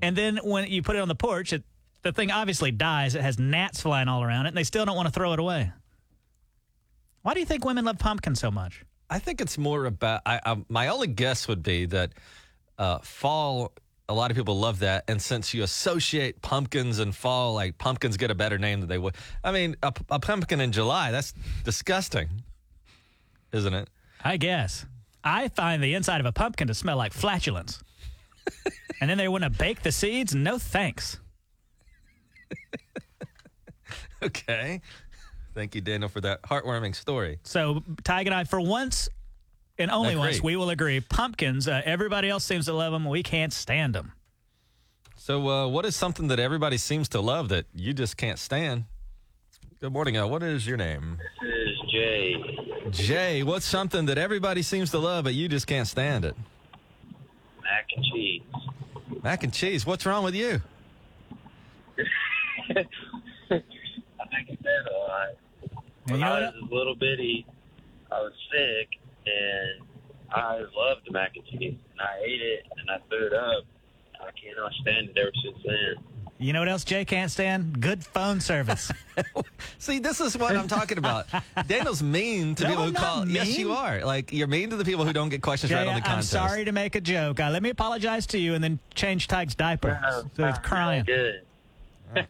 [SPEAKER 2] And then when you put it on the porch, it, the thing obviously dies. It has gnats flying all around it, and they still don't want to throw it away. Why do you think women love pumpkin so much?
[SPEAKER 1] I think it's more about. I, I, my only guess would be that uh, fall. A lot of people love that, and since you associate pumpkins and fall, like pumpkins get a better name than they would. I mean, a, a pumpkin in July—that's disgusting, isn't it?
[SPEAKER 2] I guess. I find the inside of a pumpkin to smell like flatulence. and then they want to bake the seeds? No thanks.
[SPEAKER 1] Okay. Thank you, Daniel, for that heartwarming story.
[SPEAKER 2] So, Ty and I, for once and only
[SPEAKER 1] Agree.
[SPEAKER 2] once, we will agree. Pumpkins, uh, everybody else seems to love them. We can't stand them.
[SPEAKER 1] So, uh, what is something that everybody seems to love that you just can't stand? Good morning. Uh, what is your name?
[SPEAKER 6] is Jay.
[SPEAKER 1] Jay. What's something that everybody seems to love, but you just can't stand it?
[SPEAKER 6] Mac and cheese.
[SPEAKER 1] Mac and cheese. What's wrong with you?
[SPEAKER 6] I think it's been a lot.
[SPEAKER 2] And
[SPEAKER 6] When
[SPEAKER 2] you know
[SPEAKER 6] I
[SPEAKER 2] what?
[SPEAKER 6] was a little bitty, I was sick, and I loved mac and cheese, and I ate it, and I threw it up. I cannot stand it ever since then.
[SPEAKER 2] You know what else Jay can't stand? Good phone service.
[SPEAKER 1] See, this is what I'm talking about. Daniel's mean to
[SPEAKER 2] No,
[SPEAKER 1] people who
[SPEAKER 2] I'm not
[SPEAKER 1] call. Yes,
[SPEAKER 2] mean.
[SPEAKER 1] you are. Like you're mean to the people who don't get questions
[SPEAKER 2] Jay,
[SPEAKER 1] right on the
[SPEAKER 2] I'm
[SPEAKER 1] contest.
[SPEAKER 2] sorry to make a joke. Uh, let me apologize to you and then change Tyke's diaper. so he's crying.
[SPEAKER 6] Good.
[SPEAKER 1] Yeah,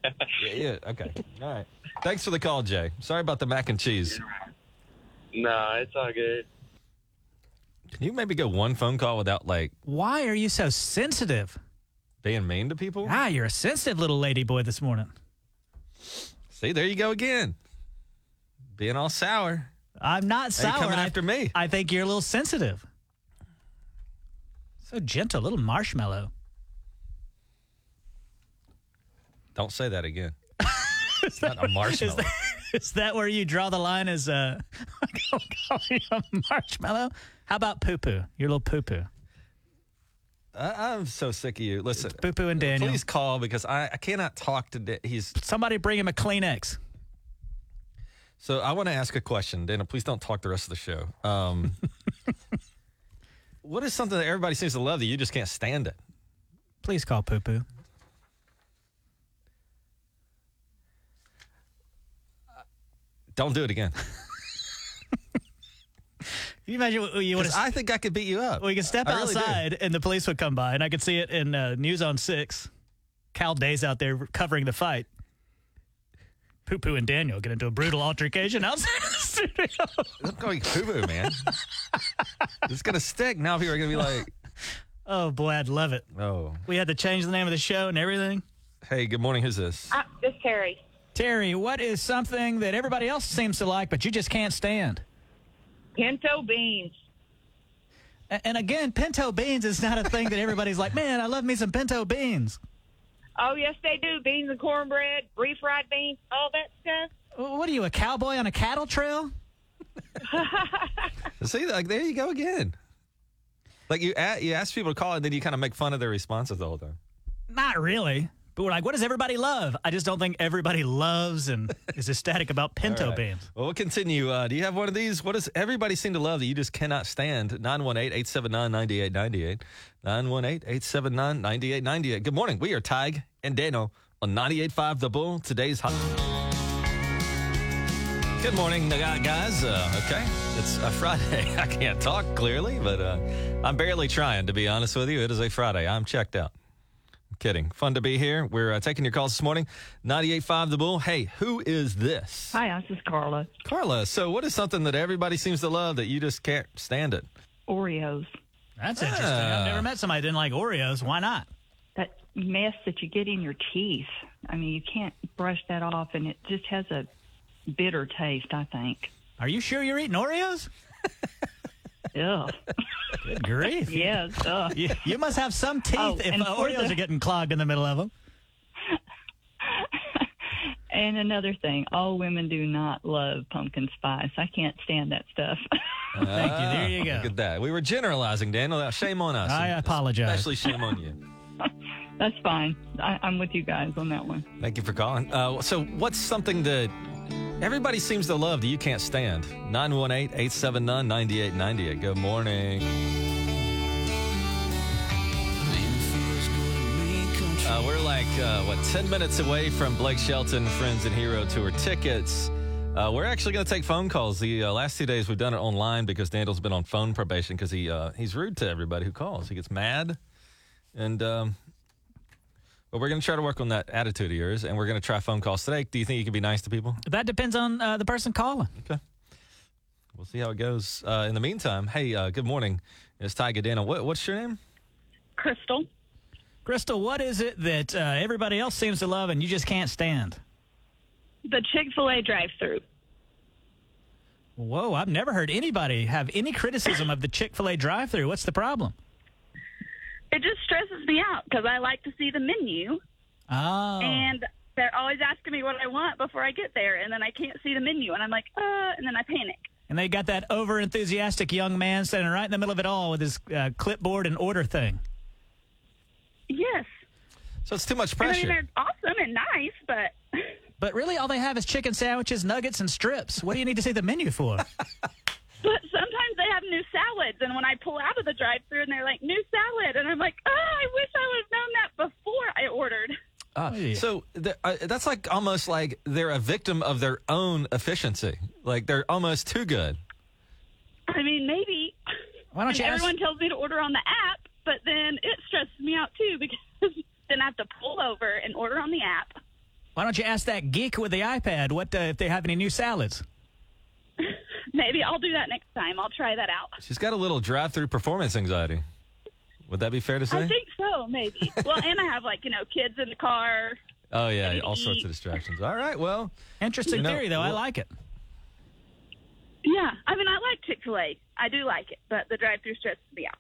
[SPEAKER 1] yeah, okay. All right. Thanks for the call, Jay. Sorry about the mac and cheese.
[SPEAKER 6] No, it's all good.
[SPEAKER 1] Can you maybe go one phone call without like
[SPEAKER 2] Why are you so sensitive?
[SPEAKER 1] being mean to people?
[SPEAKER 2] Ah, you're a sensitive little lady boy this morning.
[SPEAKER 1] See, there you go again. Being all sour.
[SPEAKER 2] I'm not
[SPEAKER 1] Now
[SPEAKER 2] sour.
[SPEAKER 1] you're coming
[SPEAKER 2] I-
[SPEAKER 1] after me.
[SPEAKER 2] I think you're a little sensitive. So gentle, little marshmallow.
[SPEAKER 1] Don't say that again. it's not a marshmallow.
[SPEAKER 2] Is that where you draw the line as uh, call you a marshmallow? How about poo poo? Your little poo poo.
[SPEAKER 1] I, I'm so sick of you. Listen,
[SPEAKER 2] Poo poo and Daniel.
[SPEAKER 1] please call because I, I cannot talk to. Da- he's
[SPEAKER 2] Somebody bring him a Kleenex.
[SPEAKER 1] So I want to ask a question, Dana. Please don't talk the rest of the show. Um, what is something that everybody seems to love that you just can't stand it?
[SPEAKER 2] Please call poo poo.
[SPEAKER 1] Don't do it again.
[SPEAKER 2] Can you imagine what you would
[SPEAKER 1] 'Cause I think I could beat you up.
[SPEAKER 2] we could step
[SPEAKER 1] I really do.
[SPEAKER 2] outside and the police would come by, and I could see it in uh, News on Six. Cal Day's out there covering the fight. Poo Poo and Daniel get into a brutal altercation outside of the studio.
[SPEAKER 1] Look going poo poo, man. it's gonna stick. Now people are gonna be like,
[SPEAKER 2] Oh boy, I'd love it.
[SPEAKER 1] "Oh,
[SPEAKER 2] We had to change the name of the show and everything.
[SPEAKER 1] hey, good morning. Who's this?"
[SPEAKER 5] Uh, this is Terry.
[SPEAKER 2] Terry, what is something that everybody else seems to like, but you just can't stand?
[SPEAKER 5] Pinto beans.
[SPEAKER 2] A- And again, pinto beans is not a thing that everybody's like, man, I love me some pinto beans.
[SPEAKER 5] Oh, yes, they do. Beans and cornbread, refried beans, all that stuff.
[SPEAKER 2] What are you, a cowboy on a cattle trail?
[SPEAKER 1] See, like there you go again. Like you, a- you ask people to call, and then you kind of make fun of their responses the whole time.
[SPEAKER 2] Not really. But we're like, what does everybody love? I just don't think everybody loves and is ecstatic about pinto
[SPEAKER 1] All right.
[SPEAKER 2] beans.
[SPEAKER 1] Well, we'll continue. Uh, do you have one of these? What does everybody seem to love that you just cannot stand? 918 879 9898. 918 879 9898. Good morning. We are Tig and Dano on 98.5 The Bull. Today's hot. Good morning, uh, guys. Uh, okay, it's a Friday. I can't talk clearly, but uh, I'm barely trying, to be honest with you. It is a Friday. I'm checked out. I'm kidding. Fun to be here. We're uh, taking your calls this morning. 98.5 The Bull. Hey, who is this?
[SPEAKER 7] Hi, this is Carla.
[SPEAKER 1] Carla, so what is something that everybody seems to love that you just can't stand it?
[SPEAKER 7] Oreos.
[SPEAKER 2] That's interesting. I've never met somebody that didn't like Oreos. Why not?
[SPEAKER 7] That mess that you get in your teeth. I mean, you can't brush that off, and it just has a bitter taste, I think.
[SPEAKER 2] Are you sure you're eating Oreos?
[SPEAKER 7] Ugh.
[SPEAKER 2] Good grief.
[SPEAKER 7] yes, ugh.
[SPEAKER 2] You, you must have some teeth
[SPEAKER 7] Oh,
[SPEAKER 2] if
[SPEAKER 7] and
[SPEAKER 2] uh,
[SPEAKER 7] for
[SPEAKER 2] Oreos
[SPEAKER 7] the-
[SPEAKER 2] are getting clogged in the middle of them.
[SPEAKER 7] And another thing, all women do not love pumpkin spice. I can't stand that stuff.
[SPEAKER 2] Thank you. There you go.
[SPEAKER 1] Look at that. We were generalizing, Daniel. Now, Shame on us.
[SPEAKER 2] I apologize.
[SPEAKER 1] Especially shame on you.
[SPEAKER 7] That's fine. I, I'm with you guys on that one.
[SPEAKER 1] Thank you for calling. Uh, so, what's something that everybody seems to love that you can't stand? 918 879 9898. Good morning. Uh, we're like, uh, what, 10 minutes away from Blake Shelton Friends and Hero Tour tickets. Uh, we're actually going to take phone calls. The uh, last two days we've done it online because Daniel's been on phone probation because he, uh, he's rude to everybody who calls. He gets mad. And um, but we're going to try to work on that attitude of yours, and we're going to try phone calls today. Do you think you can be nice to people?
[SPEAKER 2] That depends on uh, the person calling.
[SPEAKER 1] We'll see how it goes. Uh, in the meantime, hey, uh, good morning. It's Ty Gadano. What, what's your name?
[SPEAKER 8] Crystal.
[SPEAKER 2] Crystal, what is it that uh, everybody else seems to love and you just can't stand?
[SPEAKER 8] The Chick fil A drive through.
[SPEAKER 2] Whoa, I've never heard anybody have any criticism of the Chick fil A drive thru. What's the problem?
[SPEAKER 8] It just stresses me out because I like to see the menu,
[SPEAKER 2] Oh.
[SPEAKER 8] and they're always asking me what I want before I get there, and then I can't see the menu, and I'm like, uh, and then I panic.
[SPEAKER 2] And they got that over enthusiastic young man standing right in the middle of it all with his uh, clipboard and order thing.
[SPEAKER 8] Yes.
[SPEAKER 1] So it's too much
[SPEAKER 8] I mean,
[SPEAKER 1] pressure.
[SPEAKER 8] they're awesome and nice, but
[SPEAKER 2] But really, all they have is chicken sandwiches, nuggets, and strips. What do you need to see the menu for?
[SPEAKER 8] but sometimes they have new salads, and when I pull out of the drive through and they're like, new salad, and I'm like, oh, I wish I would have known that before I ordered.
[SPEAKER 1] Uh,
[SPEAKER 2] Oh, yeah.
[SPEAKER 1] So th- uh, that's like almost like they're a victim of their own efficiency. Like they're almost too good.
[SPEAKER 8] I mean, maybe.
[SPEAKER 2] Why don't
[SPEAKER 8] And
[SPEAKER 2] you ask-
[SPEAKER 8] everyone tells me to order on the app, but then it stresses me out too because then I have to pull over and order on the app.
[SPEAKER 2] Why don't you ask that geek with the iPad what uh, if they have any new salads?
[SPEAKER 8] Maybe I'll do that next time. I'll try that out.
[SPEAKER 1] She's got a little drive-through performance anxiety. Would that be fair to say?
[SPEAKER 8] I think so, maybe. well, and I have like you know kids in the car.
[SPEAKER 1] oh yeah, all sorts of distractions. All right, well,
[SPEAKER 2] Interesting
[SPEAKER 1] You know,
[SPEAKER 2] theory, though. I
[SPEAKER 1] well-
[SPEAKER 2] like it.
[SPEAKER 8] Yeah, I mean I like Chick Fil A. I do like it, but the drive-through stresses me out.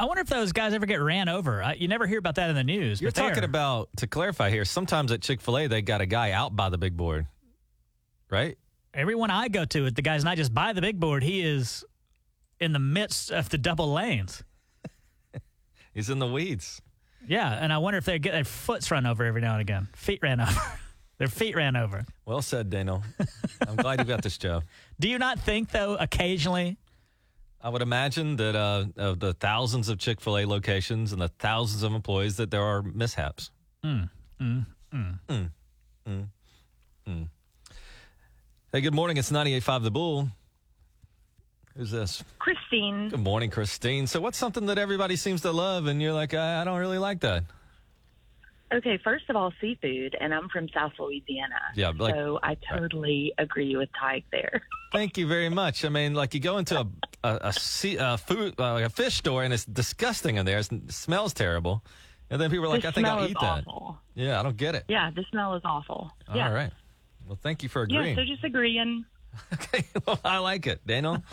[SPEAKER 2] I wonder if those guys ever get ran over. I, you never hear about that in the news.
[SPEAKER 1] you're
[SPEAKER 2] but they
[SPEAKER 1] talking
[SPEAKER 2] are.
[SPEAKER 1] about to clarify here. Sometimes at Chick Fil A, they got a guy out by the big board, right?
[SPEAKER 2] everyone I go to, the guy's not just by the big board. He is in the midst of the double lanes.
[SPEAKER 1] He's in the weeds.
[SPEAKER 2] Yeah, and I wonder if they get their foot's run over every now and again. Feet ran over. their feet ran over.
[SPEAKER 1] Well said, Daniel. I'm glad you got this job.
[SPEAKER 2] Do you not think though, occasionally,
[SPEAKER 1] I would imagine that uh, of the thousands of Chick Fil A locations and the thousands of employees, that there are mishaps. Mm, Hey, good morning. It's 98.5 The Bull. Who's this?
[SPEAKER 9] Christine,
[SPEAKER 1] Good morning, Christine. So, what's something that everybody seems to love, and you're like, I, I don't really like that?
[SPEAKER 9] okay, first of all, seafood, and I'm from South Louisiana.
[SPEAKER 1] Yeah, like- uh,
[SPEAKER 9] so I totally agree with Tyke there.
[SPEAKER 1] Thank you very much. I mean, like you go into a a, a, sea, a food uh, like a fish store, and it's disgusting in there. It's, it smells terrible, and then people are like,
[SPEAKER 9] the
[SPEAKER 1] I think
[SPEAKER 9] smell
[SPEAKER 1] I'll
[SPEAKER 9] is
[SPEAKER 1] eat that.
[SPEAKER 9] awful.
[SPEAKER 1] Yeah, I don't get it.
[SPEAKER 9] Yeah, the smell is awful. yeah.
[SPEAKER 1] All right. Well, thank you for
[SPEAKER 9] Yeah,
[SPEAKER 1] agreeing.
[SPEAKER 9] so just agreeing.
[SPEAKER 1] okay. Well, I like it, Daniel.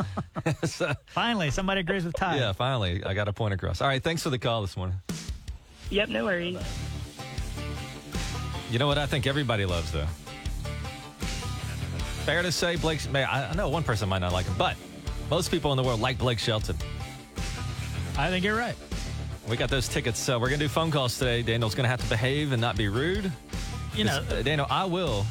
[SPEAKER 1] So,
[SPEAKER 2] finally somebody agrees with Ty?
[SPEAKER 1] yeah, finally, I got a point across. All right. Thanks for the call this morning.
[SPEAKER 9] Yep, no worries.
[SPEAKER 1] You know what I think everybody loves, though? Fair to say, Blake. I I know one person might not like him, but Most people in the world like Blake Shelton.
[SPEAKER 2] I think you're right.
[SPEAKER 1] We got those tickets. So we're going to do phone calls today. Daniel's going to have to behave and not be rude.
[SPEAKER 2] You know,
[SPEAKER 1] 'Cause, uh, Daniel, I will.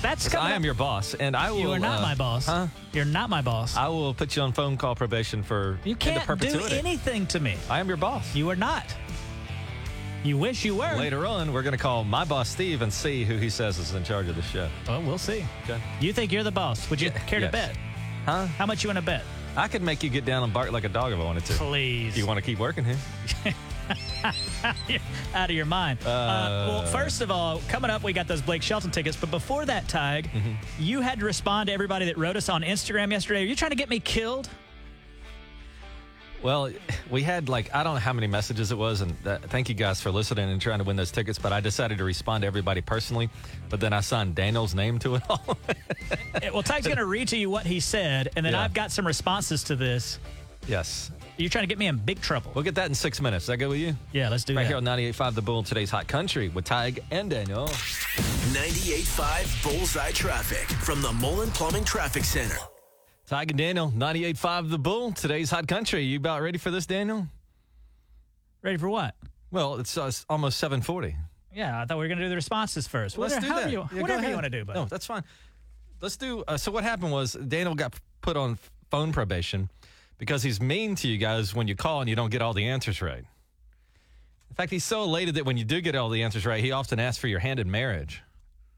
[SPEAKER 2] that's
[SPEAKER 1] 'cause
[SPEAKER 2] coming
[SPEAKER 1] I am
[SPEAKER 2] up.
[SPEAKER 1] your boss, and I will.
[SPEAKER 2] You are not
[SPEAKER 1] uh,
[SPEAKER 2] my boss.
[SPEAKER 1] Huh?
[SPEAKER 2] You're not my boss.
[SPEAKER 1] I will put you on phone call probation for
[SPEAKER 2] you
[SPEAKER 1] into
[SPEAKER 2] can't do
[SPEAKER 1] perpetuity.
[SPEAKER 2] anything to me.
[SPEAKER 1] I am your boss.
[SPEAKER 2] You are not. You wish you were.
[SPEAKER 1] Later on, we're going to call my boss Steve and see who he says is in charge of the show.
[SPEAKER 2] Well, we'll see.
[SPEAKER 1] Okay.
[SPEAKER 2] You think you're the boss. Would you
[SPEAKER 1] Yeah,
[SPEAKER 2] care
[SPEAKER 1] yes.
[SPEAKER 2] to bet?
[SPEAKER 1] Huh?
[SPEAKER 2] How much you want to bet?
[SPEAKER 1] I could make you get down and bark like a dog if I wanted to.
[SPEAKER 2] Please.
[SPEAKER 1] You want to keep working here?
[SPEAKER 2] out of your mind. Uh, well, first of all, coming up, we got those Blake Shelton tickets. But before that, Tig,
[SPEAKER 1] Mm-hmm.
[SPEAKER 2] you had to respond to everybody that wrote us on Instagram yesterday. Are you trying to get me killed?
[SPEAKER 1] Well, we had like I don't know how many messages it was, and that, thank you guys for listening and trying to win those tickets. But I decided to respond to everybody personally, but then I signed Daniel's name to it all.
[SPEAKER 2] Eh, well, Tig's going to read to you what he said, and then
[SPEAKER 1] Yeah.
[SPEAKER 2] I've got some responses to this.
[SPEAKER 1] yes,
[SPEAKER 2] You're trying to get me in big trouble.
[SPEAKER 1] we'll get that in six minutes. Is that good with you?
[SPEAKER 2] yeah, let's do
[SPEAKER 1] Right
[SPEAKER 2] that.
[SPEAKER 1] here on 98.5 The Bull, today's Hot Country with Tig and Daniel.
[SPEAKER 10] 98.5 Bullseye Traffic from the Mullen Plumbing Traffic Center.
[SPEAKER 1] Tig and Daniel, 98.5 The Bull, today's Hot Country. You about ready for this, Daniel?
[SPEAKER 2] Ready for what?
[SPEAKER 1] Well, it's, uh, it's almost 740.
[SPEAKER 2] Yeah, I thought we were going to do the responses first.
[SPEAKER 1] Let's
[SPEAKER 2] Whatever-
[SPEAKER 1] do
[SPEAKER 2] however
[SPEAKER 1] that.
[SPEAKER 2] you-
[SPEAKER 1] Yeah, go
[SPEAKER 2] whatever you
[SPEAKER 1] ahead.
[SPEAKER 2] want to do, but
[SPEAKER 1] No, that's fine. Let's do. Uh, so what happened was Daniel got put on phone probation because he's mean to you guys when you call and you don't get all the answers right. In fact, he's so elated that when you do get all the answers right, he often asks for your hand in marriage.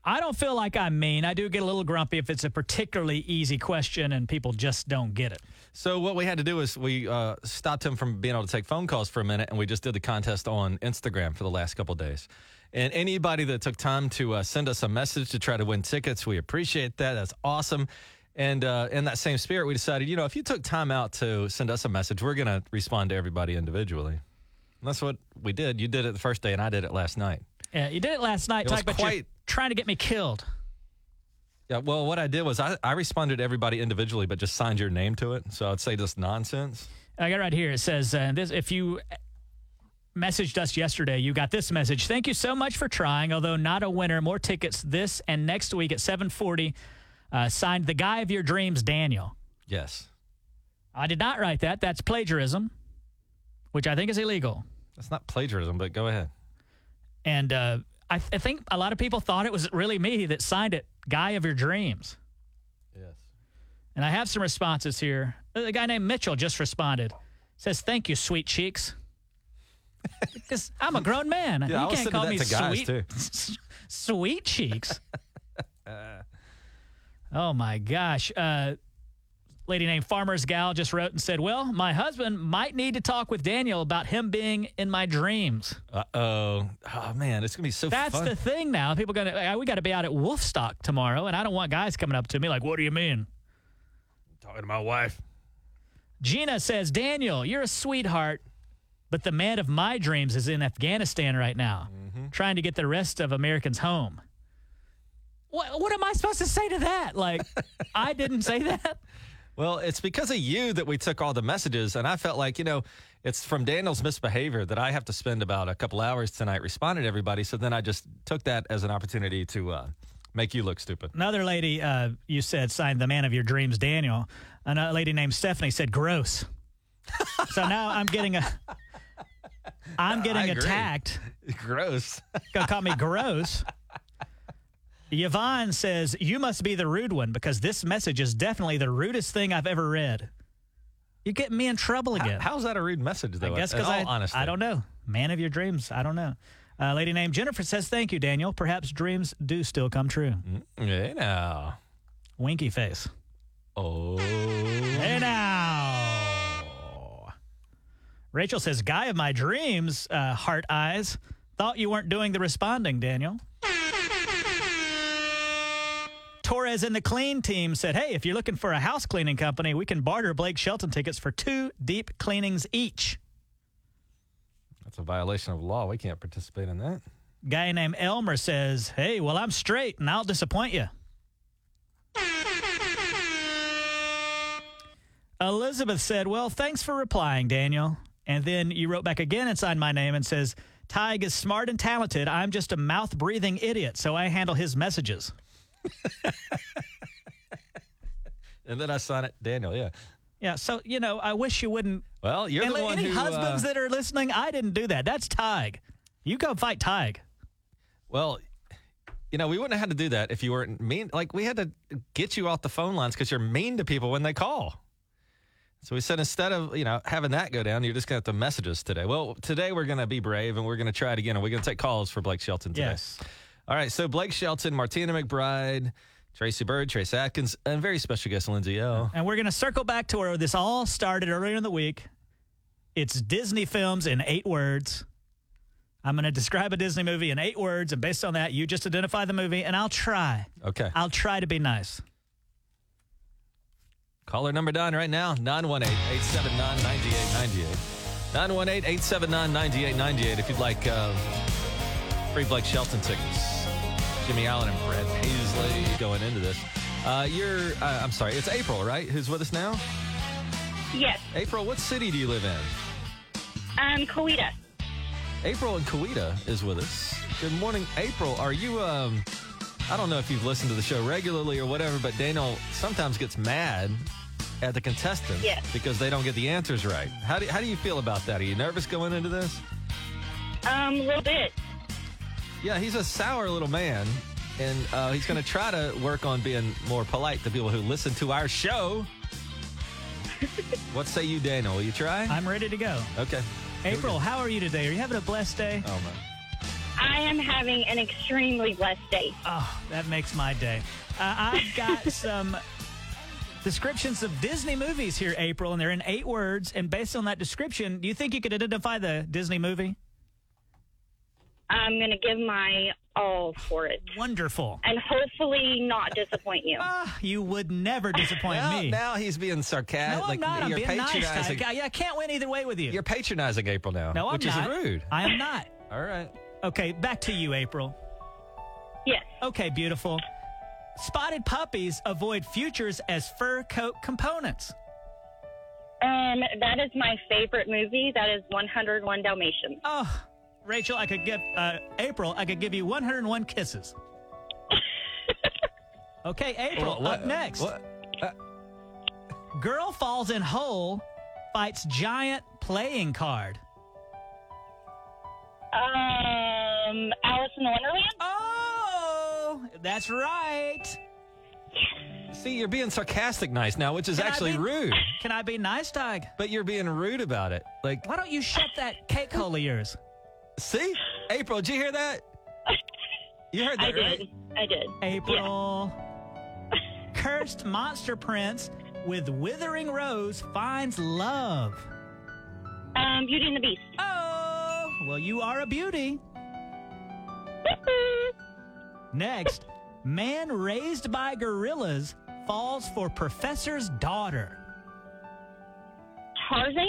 [SPEAKER 2] I don't feel like I'm mean. I do get a little grumpy if it's a particularly easy question and people just don't get it.
[SPEAKER 1] So what we had to do is we uh, stopped him from being able to take phone calls for a minute, and we just did the contest on Instagram for the last couple of days. And anybody that took time to uh, send us a message to try to win tickets, we appreciate that. That's awesome. And uh, in that same spirit, we decided, you know, if you took time out to send us a message, we're going to respond to everybody individually. And that's what we did. You did it the first day, and I did it last night.
[SPEAKER 2] Yeah, Uh, you did it last night,
[SPEAKER 1] It was
[SPEAKER 2] Tyke, but you're
[SPEAKER 1] quite-
[SPEAKER 2] trying to get me killed.
[SPEAKER 1] Yeah, well, what I did was I, I responded to everybody individually, but just signed your name to it. So I'd say just nonsense.
[SPEAKER 2] I got right here. It says, uh, "This if you messaged us yesterday, you got this message. Thank you so much for trying. Although not a winner, more tickets this and next week at 7:40. Uh, signed the guy of your dreams, Daniel.
[SPEAKER 1] Yes.
[SPEAKER 2] I did not write that. That's plagiarism, which I think is illegal.
[SPEAKER 1] That's not plagiarism, but go ahead.
[SPEAKER 2] And uh, I, I think a lot of people thought it was really me that signed it, guy of your dreams.
[SPEAKER 1] Yes.
[SPEAKER 2] And I have some responses here. Uh, A guy named Mitchell just responded. Says, "Thank you, sweet cheeks." Because I'm a grown man.
[SPEAKER 1] Yeah, I
[SPEAKER 2] you
[SPEAKER 1] was sending
[SPEAKER 2] can't call
[SPEAKER 1] that
[SPEAKER 2] me
[SPEAKER 1] to guys,
[SPEAKER 2] sweet,
[SPEAKER 1] too.
[SPEAKER 2] sweet cheeks. oh my gosh! Uh, lady named Farmer's Gal just wrote and said, "Well, my husband might need to talk with Daniel about him being in my dreams."
[SPEAKER 1] Uh oh. Oh man, it's gonna be so
[SPEAKER 2] That's
[SPEAKER 1] fun.
[SPEAKER 2] the thing now. People gonna like, we got to be out at Wolfstock tomorrow, and I don't want guys coming up to me like, "What do you mean?"
[SPEAKER 1] Talking to my wife.
[SPEAKER 2] Gina says, Daniel, you're a sweetheart, but the man of my dreams is in Afghanistan right now,
[SPEAKER 1] Mm-hmm.
[SPEAKER 2] trying to get the rest of Americans home. What, what am I supposed to say to that? Like, I didn't say that.
[SPEAKER 1] Well, it's because of you that we took all the messages, and I felt like you know it's from Daniel's misbehavior that I have to spend about a couple hours tonight responding to everybody. So then I just took that as an opportunity to uh, make you look stupid.
[SPEAKER 2] Another lady uh, you said signed the man of your dreams, Daniel. Another lady named Stephanie said, gross. so now I'm getting a. I'm getting
[SPEAKER 1] agree.
[SPEAKER 2] attacked.
[SPEAKER 1] Gross.
[SPEAKER 2] Gonna call me gross. Yvonne says, You must be the rude one because this message is definitely the rudest thing I've ever read. You're getting me in trouble again.
[SPEAKER 1] How's that a rude message though?
[SPEAKER 2] I guess
[SPEAKER 1] in
[SPEAKER 2] because
[SPEAKER 1] all
[SPEAKER 2] I,
[SPEAKER 1] honesty.
[SPEAKER 2] I don't know. Man of your dreams. I don't know. Uh, lady named Jennifer says, Thank you, Daniel. Perhaps dreams do still come true.
[SPEAKER 1] Mm. Hey now.
[SPEAKER 2] Winky face.
[SPEAKER 1] Oh.
[SPEAKER 2] Hey now. Rachel says, Guy of my dreams, uh, heart eyes. Thought you weren't doing the responding, Daniel. Torres and the clean team said, Hey, if you're looking for a house cleaning company, we can barter Blake Shelton tickets for two deep cleanings each.
[SPEAKER 1] That's a violation of law. We can't participate in that.
[SPEAKER 2] Guy named Elmer says, Hey, well, I'm straight and I'll disappoint you. Elizabeth said, Well, thanks for replying, Daniel. And then you wrote back again and signed my name and says, Tig is smart and talented. I'm just a mouth breathing idiot, so I handle his messages.
[SPEAKER 1] and then I sign it, Daniel. Yeah.
[SPEAKER 2] Yeah, so you know, I wish you wouldn't.
[SPEAKER 1] Well, you're
[SPEAKER 2] and
[SPEAKER 1] the
[SPEAKER 2] li-
[SPEAKER 1] one
[SPEAKER 2] any
[SPEAKER 1] who,
[SPEAKER 2] husbands
[SPEAKER 1] uh,
[SPEAKER 2] that are listening, I didn't do that. That's Tig. You go fight Tig.
[SPEAKER 1] Well, you know, we wouldn't have had to do that if you weren't mean. Like, we had to get you off the phone lines because you're mean to people when they call. So we said instead of, you know, having that go down, you're just going to have to message us today. Well, today we're going to be brave and we're going to try it again and we're going to take calls for Blake Shelton today.
[SPEAKER 2] Yes.
[SPEAKER 1] All right. So Blake Shelton, Martina McBride, Tracy Bird, Trace Atkins, and very special guest, Lindsay O.
[SPEAKER 2] And we're going to circle back to where this all started earlier in the week. It's Disney films in eight words. I'm going to describe a Disney movie in eight words, and based on that, you just identify the movie, and I'll try.
[SPEAKER 1] Okay.
[SPEAKER 2] I'll try to be nice.
[SPEAKER 1] Caller number down right now 918 879 9898. 918 879 9898 if you'd like uh, free Blake Shelton tickets. Jimmy Allen and Brad Paisley going into this. Uh, you're, uh, I'm sorry, it's April, right? Who's with us now?
[SPEAKER 8] Yes.
[SPEAKER 1] April, what city do you live in?
[SPEAKER 8] Um, Kalita.
[SPEAKER 1] April in Kawita is with us. Good morning, April. Are you, um, I don't know if you've listened to the show regularly or whatever, but Daniel sometimes gets mad at the contestants
[SPEAKER 8] Yes.
[SPEAKER 1] because they don't get the answers right. How do, how do you feel about that? Are you nervous going into this?
[SPEAKER 8] Um, a little bit.
[SPEAKER 1] Yeah, he's a sour little man, and uh, he's going to try to work on being more polite to people who listen to our show. what say you, Daniel? Will you try?
[SPEAKER 2] I'm ready to go.
[SPEAKER 1] Okay.
[SPEAKER 2] April, how are you today? Are you having a blessed day?
[SPEAKER 1] Oh, my.
[SPEAKER 11] I am having an extremely blessed day.
[SPEAKER 2] Oh, that makes my day. Uh, I've got some descriptions of Disney movies here, April, and they're in eight words. And based on that description, do you think you could identify the Disney movie?
[SPEAKER 11] I'm going to give my all for it.
[SPEAKER 2] Wonderful.
[SPEAKER 11] And hopefully not disappoint you.
[SPEAKER 2] Ah, You would never disappoint
[SPEAKER 1] Now,
[SPEAKER 2] me.
[SPEAKER 1] now he's being sarcastic.
[SPEAKER 2] no, I'm
[SPEAKER 1] like,
[SPEAKER 2] not. I'm
[SPEAKER 1] You're
[SPEAKER 2] being nice.
[SPEAKER 1] patronizing.
[SPEAKER 2] Tig. I, I can't win either way with you.
[SPEAKER 1] You're patronizing April now.
[SPEAKER 2] no, I'm
[SPEAKER 1] which
[SPEAKER 2] not.
[SPEAKER 1] is rude.
[SPEAKER 2] I am not.
[SPEAKER 1] All right.
[SPEAKER 2] Okay, back to you, April.
[SPEAKER 11] Yes.
[SPEAKER 2] Okay, beautiful. Spotted puppies avoid futures as fur coat components.
[SPEAKER 11] Um, that is my favorite movie. That is 101 Dalmatians.
[SPEAKER 2] Oh, Rachel, I could give uh, April. I could give you 101 kisses. okay, April.
[SPEAKER 1] What- what-
[SPEAKER 2] up next,
[SPEAKER 1] what-
[SPEAKER 2] girl falls in hole, fights giant playing card.
[SPEAKER 11] Um, Alice in Wonderland?
[SPEAKER 2] Oh, that's right.
[SPEAKER 1] See, you're being sarcastic nice now, which is
[SPEAKER 2] Can I
[SPEAKER 1] actually
[SPEAKER 2] be-
[SPEAKER 1] rude.
[SPEAKER 2] Can I be nice, Tig?
[SPEAKER 1] But you're being rude about it. Like,
[SPEAKER 2] Why don't you shut that cake hole of yours?
[SPEAKER 1] see, April, did you hear that? You heard that,
[SPEAKER 11] I did.
[SPEAKER 1] right?
[SPEAKER 11] I did.
[SPEAKER 2] April. Cursed monster prince with withering rose finds love.
[SPEAKER 11] Um, Beauty and the Beast.
[SPEAKER 2] Oh, well, you are a beauty. Next, man raised by gorillas falls for professor's daughter.
[SPEAKER 11] Tarzan?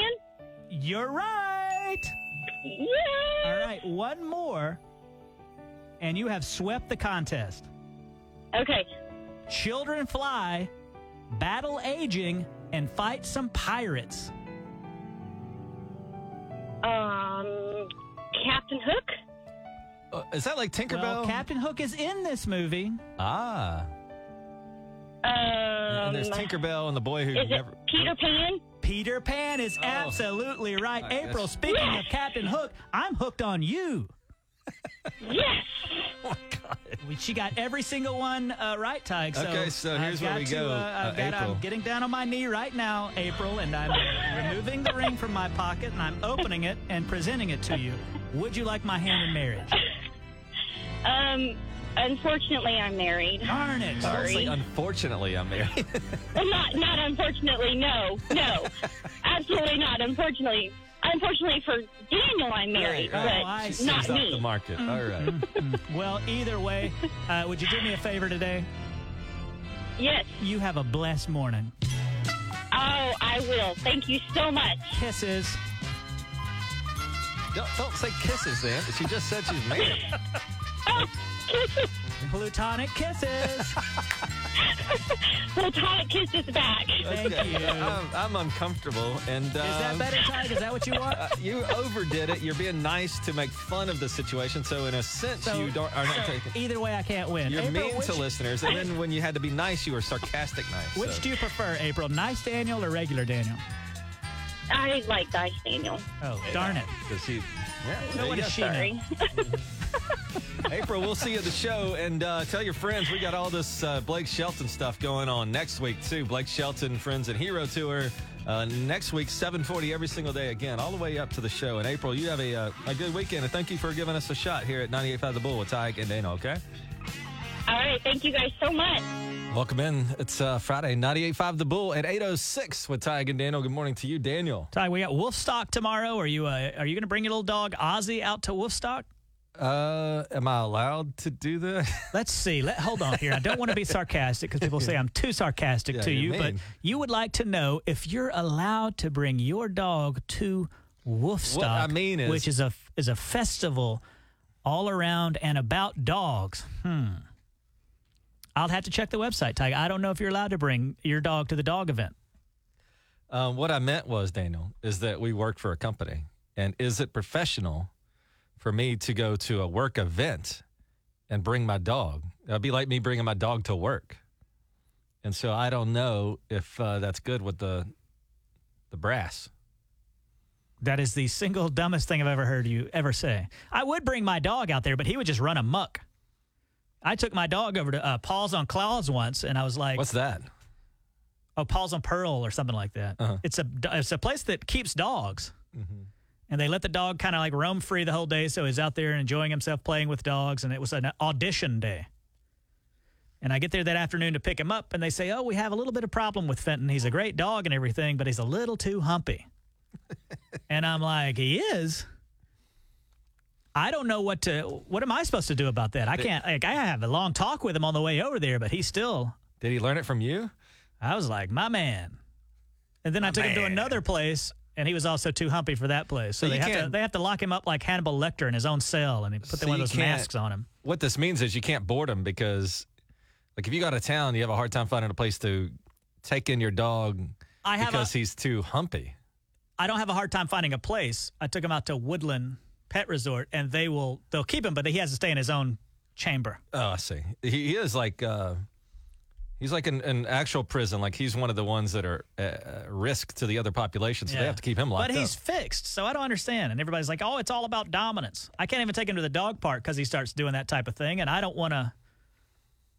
[SPEAKER 2] You're right.
[SPEAKER 11] Yeah.
[SPEAKER 2] All right, one more, and you have swept the contest.
[SPEAKER 11] Okay.
[SPEAKER 2] Children fly, battle aging, and fight some pirates.
[SPEAKER 11] Um, Captain Hook?
[SPEAKER 1] Uh, is that like Tinkerbell?
[SPEAKER 2] Well, Captain Hook is in this movie.
[SPEAKER 1] ah.
[SPEAKER 11] Um,
[SPEAKER 2] Um,
[SPEAKER 1] and there's Tinkerbell and the boy who
[SPEAKER 11] is it
[SPEAKER 1] never.
[SPEAKER 11] Peter Pan?
[SPEAKER 2] Peter Pan is
[SPEAKER 1] Oh.
[SPEAKER 2] absolutely right.
[SPEAKER 1] I guess-
[SPEAKER 2] April, speaking of Captain Hook, I'm hooked on you.
[SPEAKER 11] Yes.
[SPEAKER 1] oh
[SPEAKER 2] We- She got every single one uh, right, Tig. So
[SPEAKER 1] Okay, so here's
[SPEAKER 2] I've
[SPEAKER 1] where
[SPEAKER 2] got
[SPEAKER 1] we
[SPEAKER 2] to,
[SPEAKER 1] go,
[SPEAKER 2] uh, I've
[SPEAKER 1] uh,
[SPEAKER 2] got,
[SPEAKER 1] April.
[SPEAKER 2] I'm getting down on my knee right now, April, and I'm removing the ring from my pocket and I'm opening it and presenting it to you. Would you like my hand in marriage?
[SPEAKER 11] Um, unfortunately, I'm married.
[SPEAKER 2] Darn it!
[SPEAKER 1] Don't say,
[SPEAKER 11] Sorry.
[SPEAKER 1] Unfortunately, I'm there.
[SPEAKER 11] Well, not not unfortunately. No, no, absolutely not. Unfortunately, unfortunately for Daniel, I'm married,
[SPEAKER 1] Right, Oh, right.
[SPEAKER 11] but
[SPEAKER 2] I
[SPEAKER 1] she
[SPEAKER 2] see. Mm-hmm.
[SPEAKER 11] not
[SPEAKER 1] seems off
[SPEAKER 11] me.
[SPEAKER 1] the market. All right.
[SPEAKER 2] Well, either way, uh, would you do me a favor today?
[SPEAKER 11] yes.
[SPEAKER 2] You have a blessed morning.
[SPEAKER 11] Oh, I will. Thank you so much.
[SPEAKER 2] Kisses.
[SPEAKER 1] don't, don't say kisses, then. She just said she's married.
[SPEAKER 11] Oh, kisses.
[SPEAKER 2] Plutonic kisses.
[SPEAKER 11] Platonic kiss is back.
[SPEAKER 2] Thank
[SPEAKER 1] Okay.
[SPEAKER 2] you.
[SPEAKER 1] I'm, I'm uncomfortable. And um, is
[SPEAKER 2] that better, Ty? Is that what you want?
[SPEAKER 1] you overdid it. You're being nice to make fun of the situation. So in a sense,
[SPEAKER 2] So-
[SPEAKER 1] you don't, are not
[SPEAKER 2] so
[SPEAKER 1] taking.
[SPEAKER 2] Either way, I can't win.
[SPEAKER 1] You're
[SPEAKER 2] April,
[SPEAKER 1] mean
[SPEAKER 2] which,
[SPEAKER 1] to listeners, and then when you had to be nice, you were sarcastic nice.
[SPEAKER 2] Which
[SPEAKER 1] so.
[SPEAKER 2] do you prefer, April? Nice Daniel or regular Daniel?
[SPEAKER 11] I like Dice Daniel.
[SPEAKER 2] Oh, darn it.
[SPEAKER 1] Does he? Yeah.
[SPEAKER 11] No
[SPEAKER 1] there
[SPEAKER 11] one
[SPEAKER 1] you
[SPEAKER 11] is
[SPEAKER 1] go.
[SPEAKER 11] sorry.
[SPEAKER 1] April, we'll see you at the show, and uh, tell your friends we got all this uh, Blake Shelton stuff going on next week too. Blake Shelton Friends and Hero Tour uh, next week, seven forty every single day again, all the way up to the show. And April, you have a uh, a good weekend, and thank you for giving us a shot here at ninety eight five The Bull with Tyke and Dana. Okay.
[SPEAKER 11] All right. Thank you guys so much.
[SPEAKER 1] Welcome in. It's uh, Friday, 98.5 The Bull at 8.06 with Ty and Daniel. Good morning to you, Daniel.
[SPEAKER 2] Ty, we got Wolfstock tomorrow. Are you uh, are you going to bring your little dog Ozzy out to Wolfstock?
[SPEAKER 1] Uh, am I allowed to do that?
[SPEAKER 2] Let's see. Let hold on here. I don't want to be sarcastic because people say I'm too sarcastic
[SPEAKER 1] Yeah,
[SPEAKER 2] to you,
[SPEAKER 1] you're
[SPEAKER 2] but
[SPEAKER 1] mean.
[SPEAKER 2] you would like to know if you're allowed to bring your dog to Wolfstock,
[SPEAKER 1] What I mean is-
[SPEAKER 2] which is a is a festival all around and about dogs. Hmm. I'll have to check the website, Ty. I don't know if you're allowed to bring your dog to the dog event.
[SPEAKER 1] Um, what I meant was, Daniel, is that we work for a company. And is it professional for me to go to a work event and bring my dog? That'd be like me bringing my dog to work. And so I don't know if uh, that's good with the the brass.
[SPEAKER 2] That is the single dumbest thing I've ever heard you ever say. I would bring my dog out there, but he would just run amok. I took my dog over to uh, Paws on Claws once, and I was like,
[SPEAKER 1] What's that?
[SPEAKER 2] Oh, Paws on Pearl or something like that. It's a it's a place that keeps dogs, and they let the dog kind of like roam free the whole day. So he's out there and enjoying himself, playing with dogs, and it was an audition day. And I get there that afternoon to pick him up, and they say, "Oh, we have a little bit of problem with Fenton. He's a great dog and everything, but he's a little too humpy." and I'm like, "He is." I don't know what to. What am I supposed to do about that? I can't. Like, I have a long talk with him on the way over there, but he still.
[SPEAKER 1] Did he learn it from you?
[SPEAKER 2] I was like, my man. And then I took him to another place, and he was also too humpy for that place. So,
[SPEAKER 1] So
[SPEAKER 2] they
[SPEAKER 1] you
[SPEAKER 2] have to
[SPEAKER 1] can't-
[SPEAKER 2] they have to lock him up like Hannibal Lecter in his own cell, and he put
[SPEAKER 1] So
[SPEAKER 2] one of
[SPEAKER 1] you
[SPEAKER 2] those
[SPEAKER 1] can't-
[SPEAKER 2] masks on him.
[SPEAKER 1] What this means is you can't board them because, like, if you go out of town, you have a hard time finding a place to take in your dog
[SPEAKER 2] I have a-
[SPEAKER 1] because he's too humpy.
[SPEAKER 2] I don't have a hard time finding a place. I took him out to Woodland Pet Resort, and they will they'll keep him, but he has to stay in his own chamber.
[SPEAKER 1] Oh, I see. He, he is like, uh, he's like an, an actual prison. Like, he's one of the ones that are at uh, risk to the other population. So they
[SPEAKER 2] Yeah.
[SPEAKER 1] have to keep him locked
[SPEAKER 2] But he's
[SPEAKER 1] up.
[SPEAKER 2] fixed, so I don't understand. And everybody's like, "Oh, it's all about dominance." I can't even take him to the dog park because he starts doing that type of thing, and I don't want to.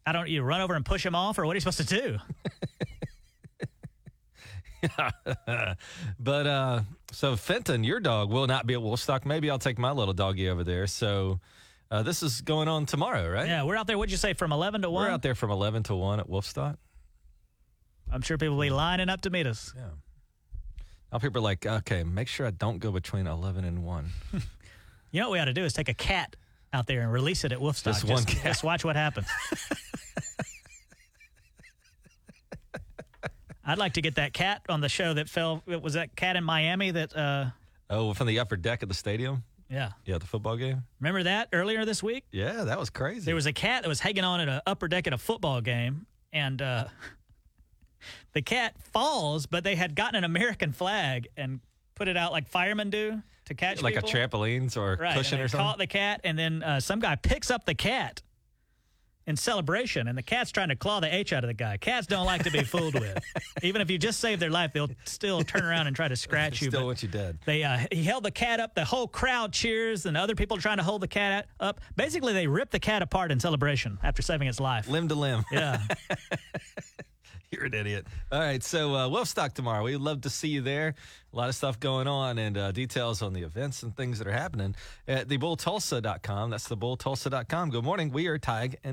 [SPEAKER 2] I don't. You run over and push him off, or what are you supposed to do?
[SPEAKER 1] but uh, so Fenton, your dog will not be at Woolstock. Maybe I'll take my little doggy over there. So uh, this is going on tomorrow, right?
[SPEAKER 2] Yeah, we're out there. What'd you say? From eleven to
[SPEAKER 1] We're
[SPEAKER 2] one.
[SPEAKER 1] out there from 11 to 1 at Wolfstock.
[SPEAKER 2] I'm sure people will be lining up to meet us.
[SPEAKER 1] Yeah. Now people are like, okay, make sure I don't go between 11 and 1.
[SPEAKER 2] You know what we ought to do is take a cat out there and release it at Wolfstock.
[SPEAKER 1] Just one cat.
[SPEAKER 2] just watch what happens. I'd like to get that cat on the show that fell. It was that cat in Miami that. uh
[SPEAKER 1] Oh, from the upper deck of the stadium?
[SPEAKER 2] Yeah,
[SPEAKER 1] Yeah, the football game?
[SPEAKER 2] remember that earlier this week?
[SPEAKER 1] Yeah, that was crazy.
[SPEAKER 2] There was a cat that was hanging on at an upper deck at a football game, and uh, the cat falls, but they had gotten an American flag and put it out like firemen do to catch
[SPEAKER 1] like
[SPEAKER 2] people.
[SPEAKER 1] a trampolines or
[SPEAKER 2] right,
[SPEAKER 1] cushion
[SPEAKER 2] and they
[SPEAKER 1] or something?
[SPEAKER 2] Caught the cat, and then uh, some guy picks up the cat in celebration, and the cat's trying to claw the H out of the guy. Cats don't like to be fooled with, even if you just save their life, they'll still turn around and try to scratch you.
[SPEAKER 1] Still
[SPEAKER 2] but-
[SPEAKER 1] want you dead.
[SPEAKER 2] they uh, he held the cat up. The whole crowd cheers, and other people trying to hold the cat up. Basically, they ripped the cat apart in celebration after saving its life.
[SPEAKER 1] Limb to limb.
[SPEAKER 2] Yeah,
[SPEAKER 1] You're an idiot. All right, so uh, Wolfstock tomorrow. We'd love to see you there. A lot of stuff going on and uh, details on the events and things that are happening at thebulltulsa.com. That's thebulltulsa.com. Good morning. We are Tig and